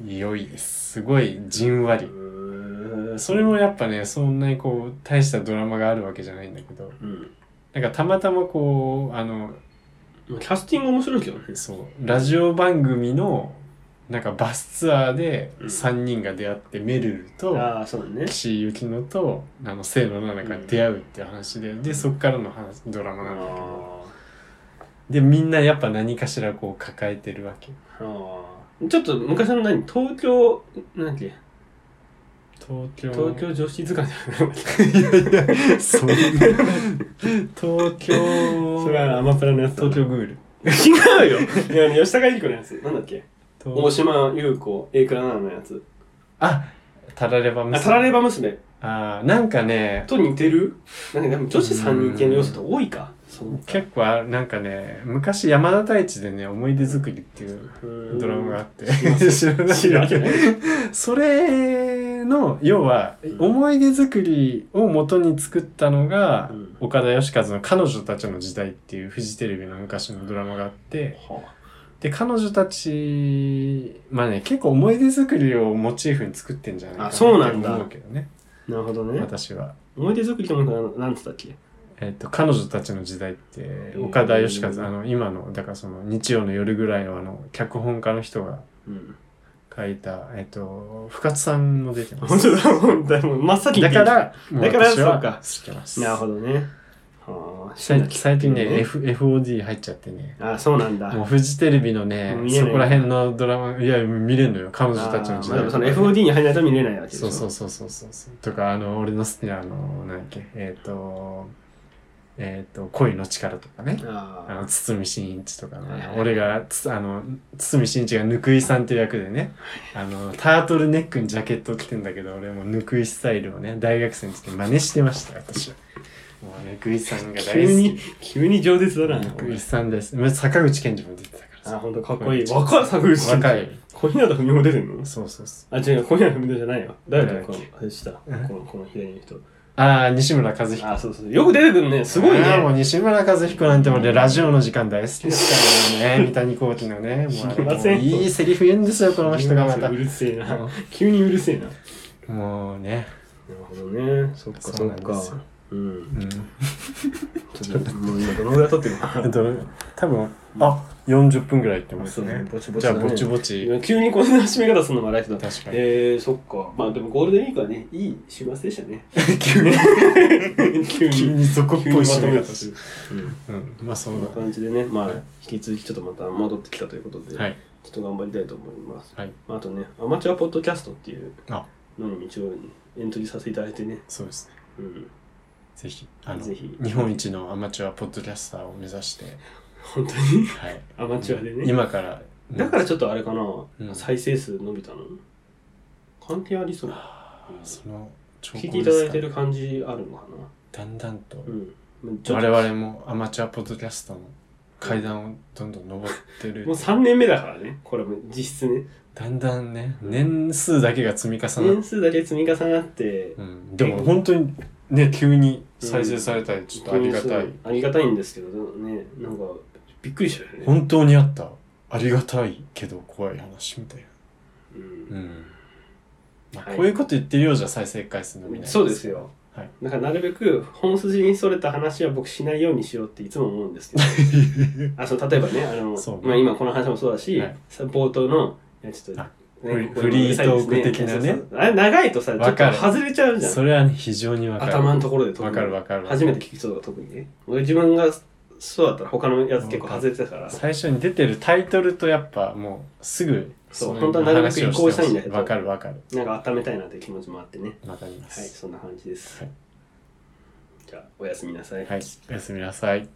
Speaker 2: 良いですすごいじんわ
Speaker 1: う
Speaker 2: り
Speaker 1: ーん
Speaker 2: それもやっぱねそんなにこう大したドラマがあるわけじゃないんだけど
Speaker 1: うん
Speaker 2: なんかたまたまこうあの
Speaker 1: キャスティング面白いけどね
Speaker 2: そうラジオ番組のなんかバスツアーで
Speaker 1: うん
Speaker 2: 3人が出会って、めるると
Speaker 1: ああそうだね
Speaker 2: 岸井ゆきのとあの清野奈々が出会うっていう話で、でそっからの話ドラ
Speaker 1: あ
Speaker 2: マなんだけど
Speaker 1: ー
Speaker 2: でみんなやっぱ何かしらこう抱えてるわけ
Speaker 1: あーちょっと昔の何東京何だっけ
Speaker 2: 東京
Speaker 1: 東京女子図鑑じゃない
Speaker 2: いやいやそんな東京
Speaker 1: アマプラのや
Speaker 2: 東京グール
Speaker 1: 違うよいやあの吉高由里子のやつなんだっけ
Speaker 2: 東
Speaker 1: 大島優子 A 倉奈々のやつ
Speaker 2: あタラレバ
Speaker 1: あ
Speaker 2: 娘
Speaker 1: タラレバ娘
Speaker 2: あーなんかね
Speaker 1: と似てるなんかでも女子3人系の要素って多いかそう
Speaker 2: 結構あなんかね昔山田太一でね思い出作りっていうドラマがあって 知らない
Speaker 1: 知らない
Speaker 2: それの要は
Speaker 1: うん
Speaker 2: 思い出作りを元に作ったのが、
Speaker 1: うん
Speaker 2: 岡田義和の「彼女たちの時代」っていうフジテレビの昔のドラマがあって で彼女たちまあね結構思い出作りをモチーフに作ってんじゃないかな
Speaker 1: あ
Speaker 2: って
Speaker 1: そうなんだ
Speaker 2: 思うけどね
Speaker 1: なるほどね
Speaker 2: 私は。
Speaker 1: 思い出作りともなんかなんつったっけ
Speaker 2: えっと、彼女たちの時代って、岡田義和、
Speaker 1: うん
Speaker 2: あの、今の、だからその、日曜の夜ぐらいのあの、脚本家の人が
Speaker 1: うん
Speaker 2: 書いた、えっと、深津さんも出てます
Speaker 1: 本。当だもうだもう真っ先に
Speaker 2: だから、もう
Speaker 1: だから
Speaker 2: 私は
Speaker 1: そうか
Speaker 2: 知ってます。
Speaker 1: なるほどねああ、
Speaker 2: 最最近ね、
Speaker 1: ね
Speaker 2: F、FOD 入っちゃってね。
Speaker 1: ああ、そうなんだ。
Speaker 2: もうフジテレビのね、
Speaker 1: 見え
Speaker 2: そ
Speaker 1: ない
Speaker 2: こら辺のドラマ、いや、見れんのよ。彼女たちの時
Speaker 1: まあ
Speaker 2: 代
Speaker 1: でもその FOD に入らないと見れないわけでし
Speaker 2: そ
Speaker 1: ょ。
Speaker 2: うそうそうそうそうそう。とか、あの、俺の好きな、あの、なんだっけ、えっ、と、えっ、と、恋の力とかね。あ
Speaker 1: あ
Speaker 2: の、堤真一とかね
Speaker 1: はいはいはい
Speaker 2: 俺がつ、あの、堤真一がぬくいさんっていう役でね、あの、タートルネックにジャケットを着てんだけど、俺もぬくいスタイルをね、大学生の時に真似してました、私は。もう、ぬくいさんが
Speaker 1: あ。
Speaker 2: 大
Speaker 1: 急
Speaker 2: 好
Speaker 1: に
Speaker 2: き。、
Speaker 1: 急に饒舌だな。
Speaker 2: ぬくいさんです。まあ坂口健二も出てたから
Speaker 1: あ、
Speaker 2: さ。
Speaker 1: ほんとかっこいい。若い、坂口さん。
Speaker 2: 若い。
Speaker 1: 小日向文雄も出てんの
Speaker 2: そうそうそう。
Speaker 1: あ、違う、小日向文雄じゃないよ。誰だよ、こ
Speaker 2: 誰
Speaker 1: の
Speaker 2: だっ、
Speaker 1: あれした。こ
Speaker 2: え
Speaker 1: の、この左の人。
Speaker 2: ああ、西村和彦。
Speaker 1: あ、そうそう。よく出てくるね。すごい
Speaker 2: あーも
Speaker 1: ね。
Speaker 2: う西村和彦なんてもうね、ラジオの時間大好きですから ね、三谷幸喜のね、もうあれ
Speaker 1: 知りません
Speaker 2: もういいセリフ言うんですよ、この人がまた
Speaker 1: う。るせえな
Speaker 2: も。
Speaker 1: 急にうるせえな。な
Speaker 2: うもうね、
Speaker 1: るほどね。そっか、
Speaker 2: そ
Speaker 1: そうっ
Speaker 2: なんですよ
Speaker 1: か。うん。
Speaker 2: う
Speaker 1: ちょっと、もう今どのぐらい経ってるのか
Speaker 2: ん。 どれ多分、あ、40分ぐらいいってま
Speaker 1: な。
Speaker 2: す
Speaker 1: そう
Speaker 2: ね
Speaker 1: ね。。ぼちぼち
Speaker 2: じゃ
Speaker 1: だ
Speaker 2: あ、
Speaker 1: ね。
Speaker 2: ぼちぼ
Speaker 1: い
Speaker 2: ち。
Speaker 1: や急にこんな締め方するのもあれだけど。
Speaker 2: 確かに。
Speaker 1: えー、そっか。まあでもゴールデンウィークはね、いい週末でしたね。
Speaker 2: 急に、
Speaker 1: 急
Speaker 2: 急
Speaker 1: に。
Speaker 2: に俗っぽい締め
Speaker 1: め
Speaker 2: 方
Speaker 1: 方
Speaker 2: す
Speaker 1: す
Speaker 2: る
Speaker 1: る。。
Speaker 2: うん、まあそ
Speaker 1: こん
Speaker 2: う
Speaker 1: な
Speaker 2: だ
Speaker 1: 感じでね、まあ
Speaker 2: はい
Speaker 1: 引き続きちょっとまた戻ってきたということで、
Speaker 2: はい。
Speaker 1: ちょっと頑張りたいと思います。
Speaker 2: はい。
Speaker 1: まああとね、アマチュアポッドキャストっていう
Speaker 2: あ、
Speaker 1: のにも一応エントリーさせていただいてね、
Speaker 2: そうですね。
Speaker 1: うん、
Speaker 2: ぜひ、あの、
Speaker 1: ぜひ
Speaker 2: 日本一のアマチュアポッドキャスターを目指して、
Speaker 1: 本当に
Speaker 2: はい。
Speaker 1: アマチュアでね。
Speaker 2: 今から、
Speaker 1: だからちょっとあれかな、
Speaker 2: ん
Speaker 1: 再生数伸びたの関係ありそう。
Speaker 2: その兆
Speaker 1: 聞いて
Speaker 2: 候
Speaker 1: いた
Speaker 2: です
Speaker 1: だい
Speaker 2: か
Speaker 1: て
Speaker 2: ね
Speaker 1: る感じあるのか
Speaker 2: だんだんと
Speaker 1: な。うん。ちょっ
Speaker 2: 我
Speaker 1: と
Speaker 2: 々もアマチュアポッドキャストの階段をどんどん登ってる
Speaker 1: もう3年目だからね、これも実質ね。
Speaker 2: だんだんね年数だけが積み重なっ
Speaker 1: 年数だけ積み重なって、
Speaker 2: うん、でも本当にね急に再生されたりちょっとありがたい
Speaker 1: ありがたいんですけどねなんかびっくりしたよね、
Speaker 2: 本当にあったありがたいけど怖い話みたい
Speaker 1: う
Speaker 2: な、うんんまあ
Speaker 1: はい
Speaker 2: こういうこと言ってるようじゃ再生回数伸びない
Speaker 1: そうですよ
Speaker 2: はい
Speaker 1: だからなるべく本筋にそれた話は僕しないようにしようっていつも思うんです けどあそう例えばねあの、
Speaker 2: そう
Speaker 1: まあ、今この話もそうだし、
Speaker 2: はい
Speaker 1: さ冒頭のいやちょっと、
Speaker 2: あ
Speaker 1: ね
Speaker 2: フリーフリートーク的なね
Speaker 1: そうそうそうあれ長いとさちょ
Speaker 2: わ
Speaker 1: っと
Speaker 2: かる
Speaker 1: 外れちゃうじゃん
Speaker 2: それはね非常にわかる
Speaker 1: 頭のところで特に
Speaker 2: わかるわかる
Speaker 1: 初めて聞く人が特にね俺自分がそうだったら他のやつ結構外れてたから
Speaker 2: 最初に出てるタイトルとやっぱもうすぐ
Speaker 1: そう
Speaker 2: の
Speaker 1: 本当はなるべく移行したいんだけど
Speaker 2: 話をしてほしわかるわかる
Speaker 1: なんか温めたいなという気持ちもあってね
Speaker 2: わかりま
Speaker 1: はい
Speaker 2: す
Speaker 1: そんな感じです、
Speaker 2: はい
Speaker 1: じゃあおやすみなさい
Speaker 2: はい、おやすみなさい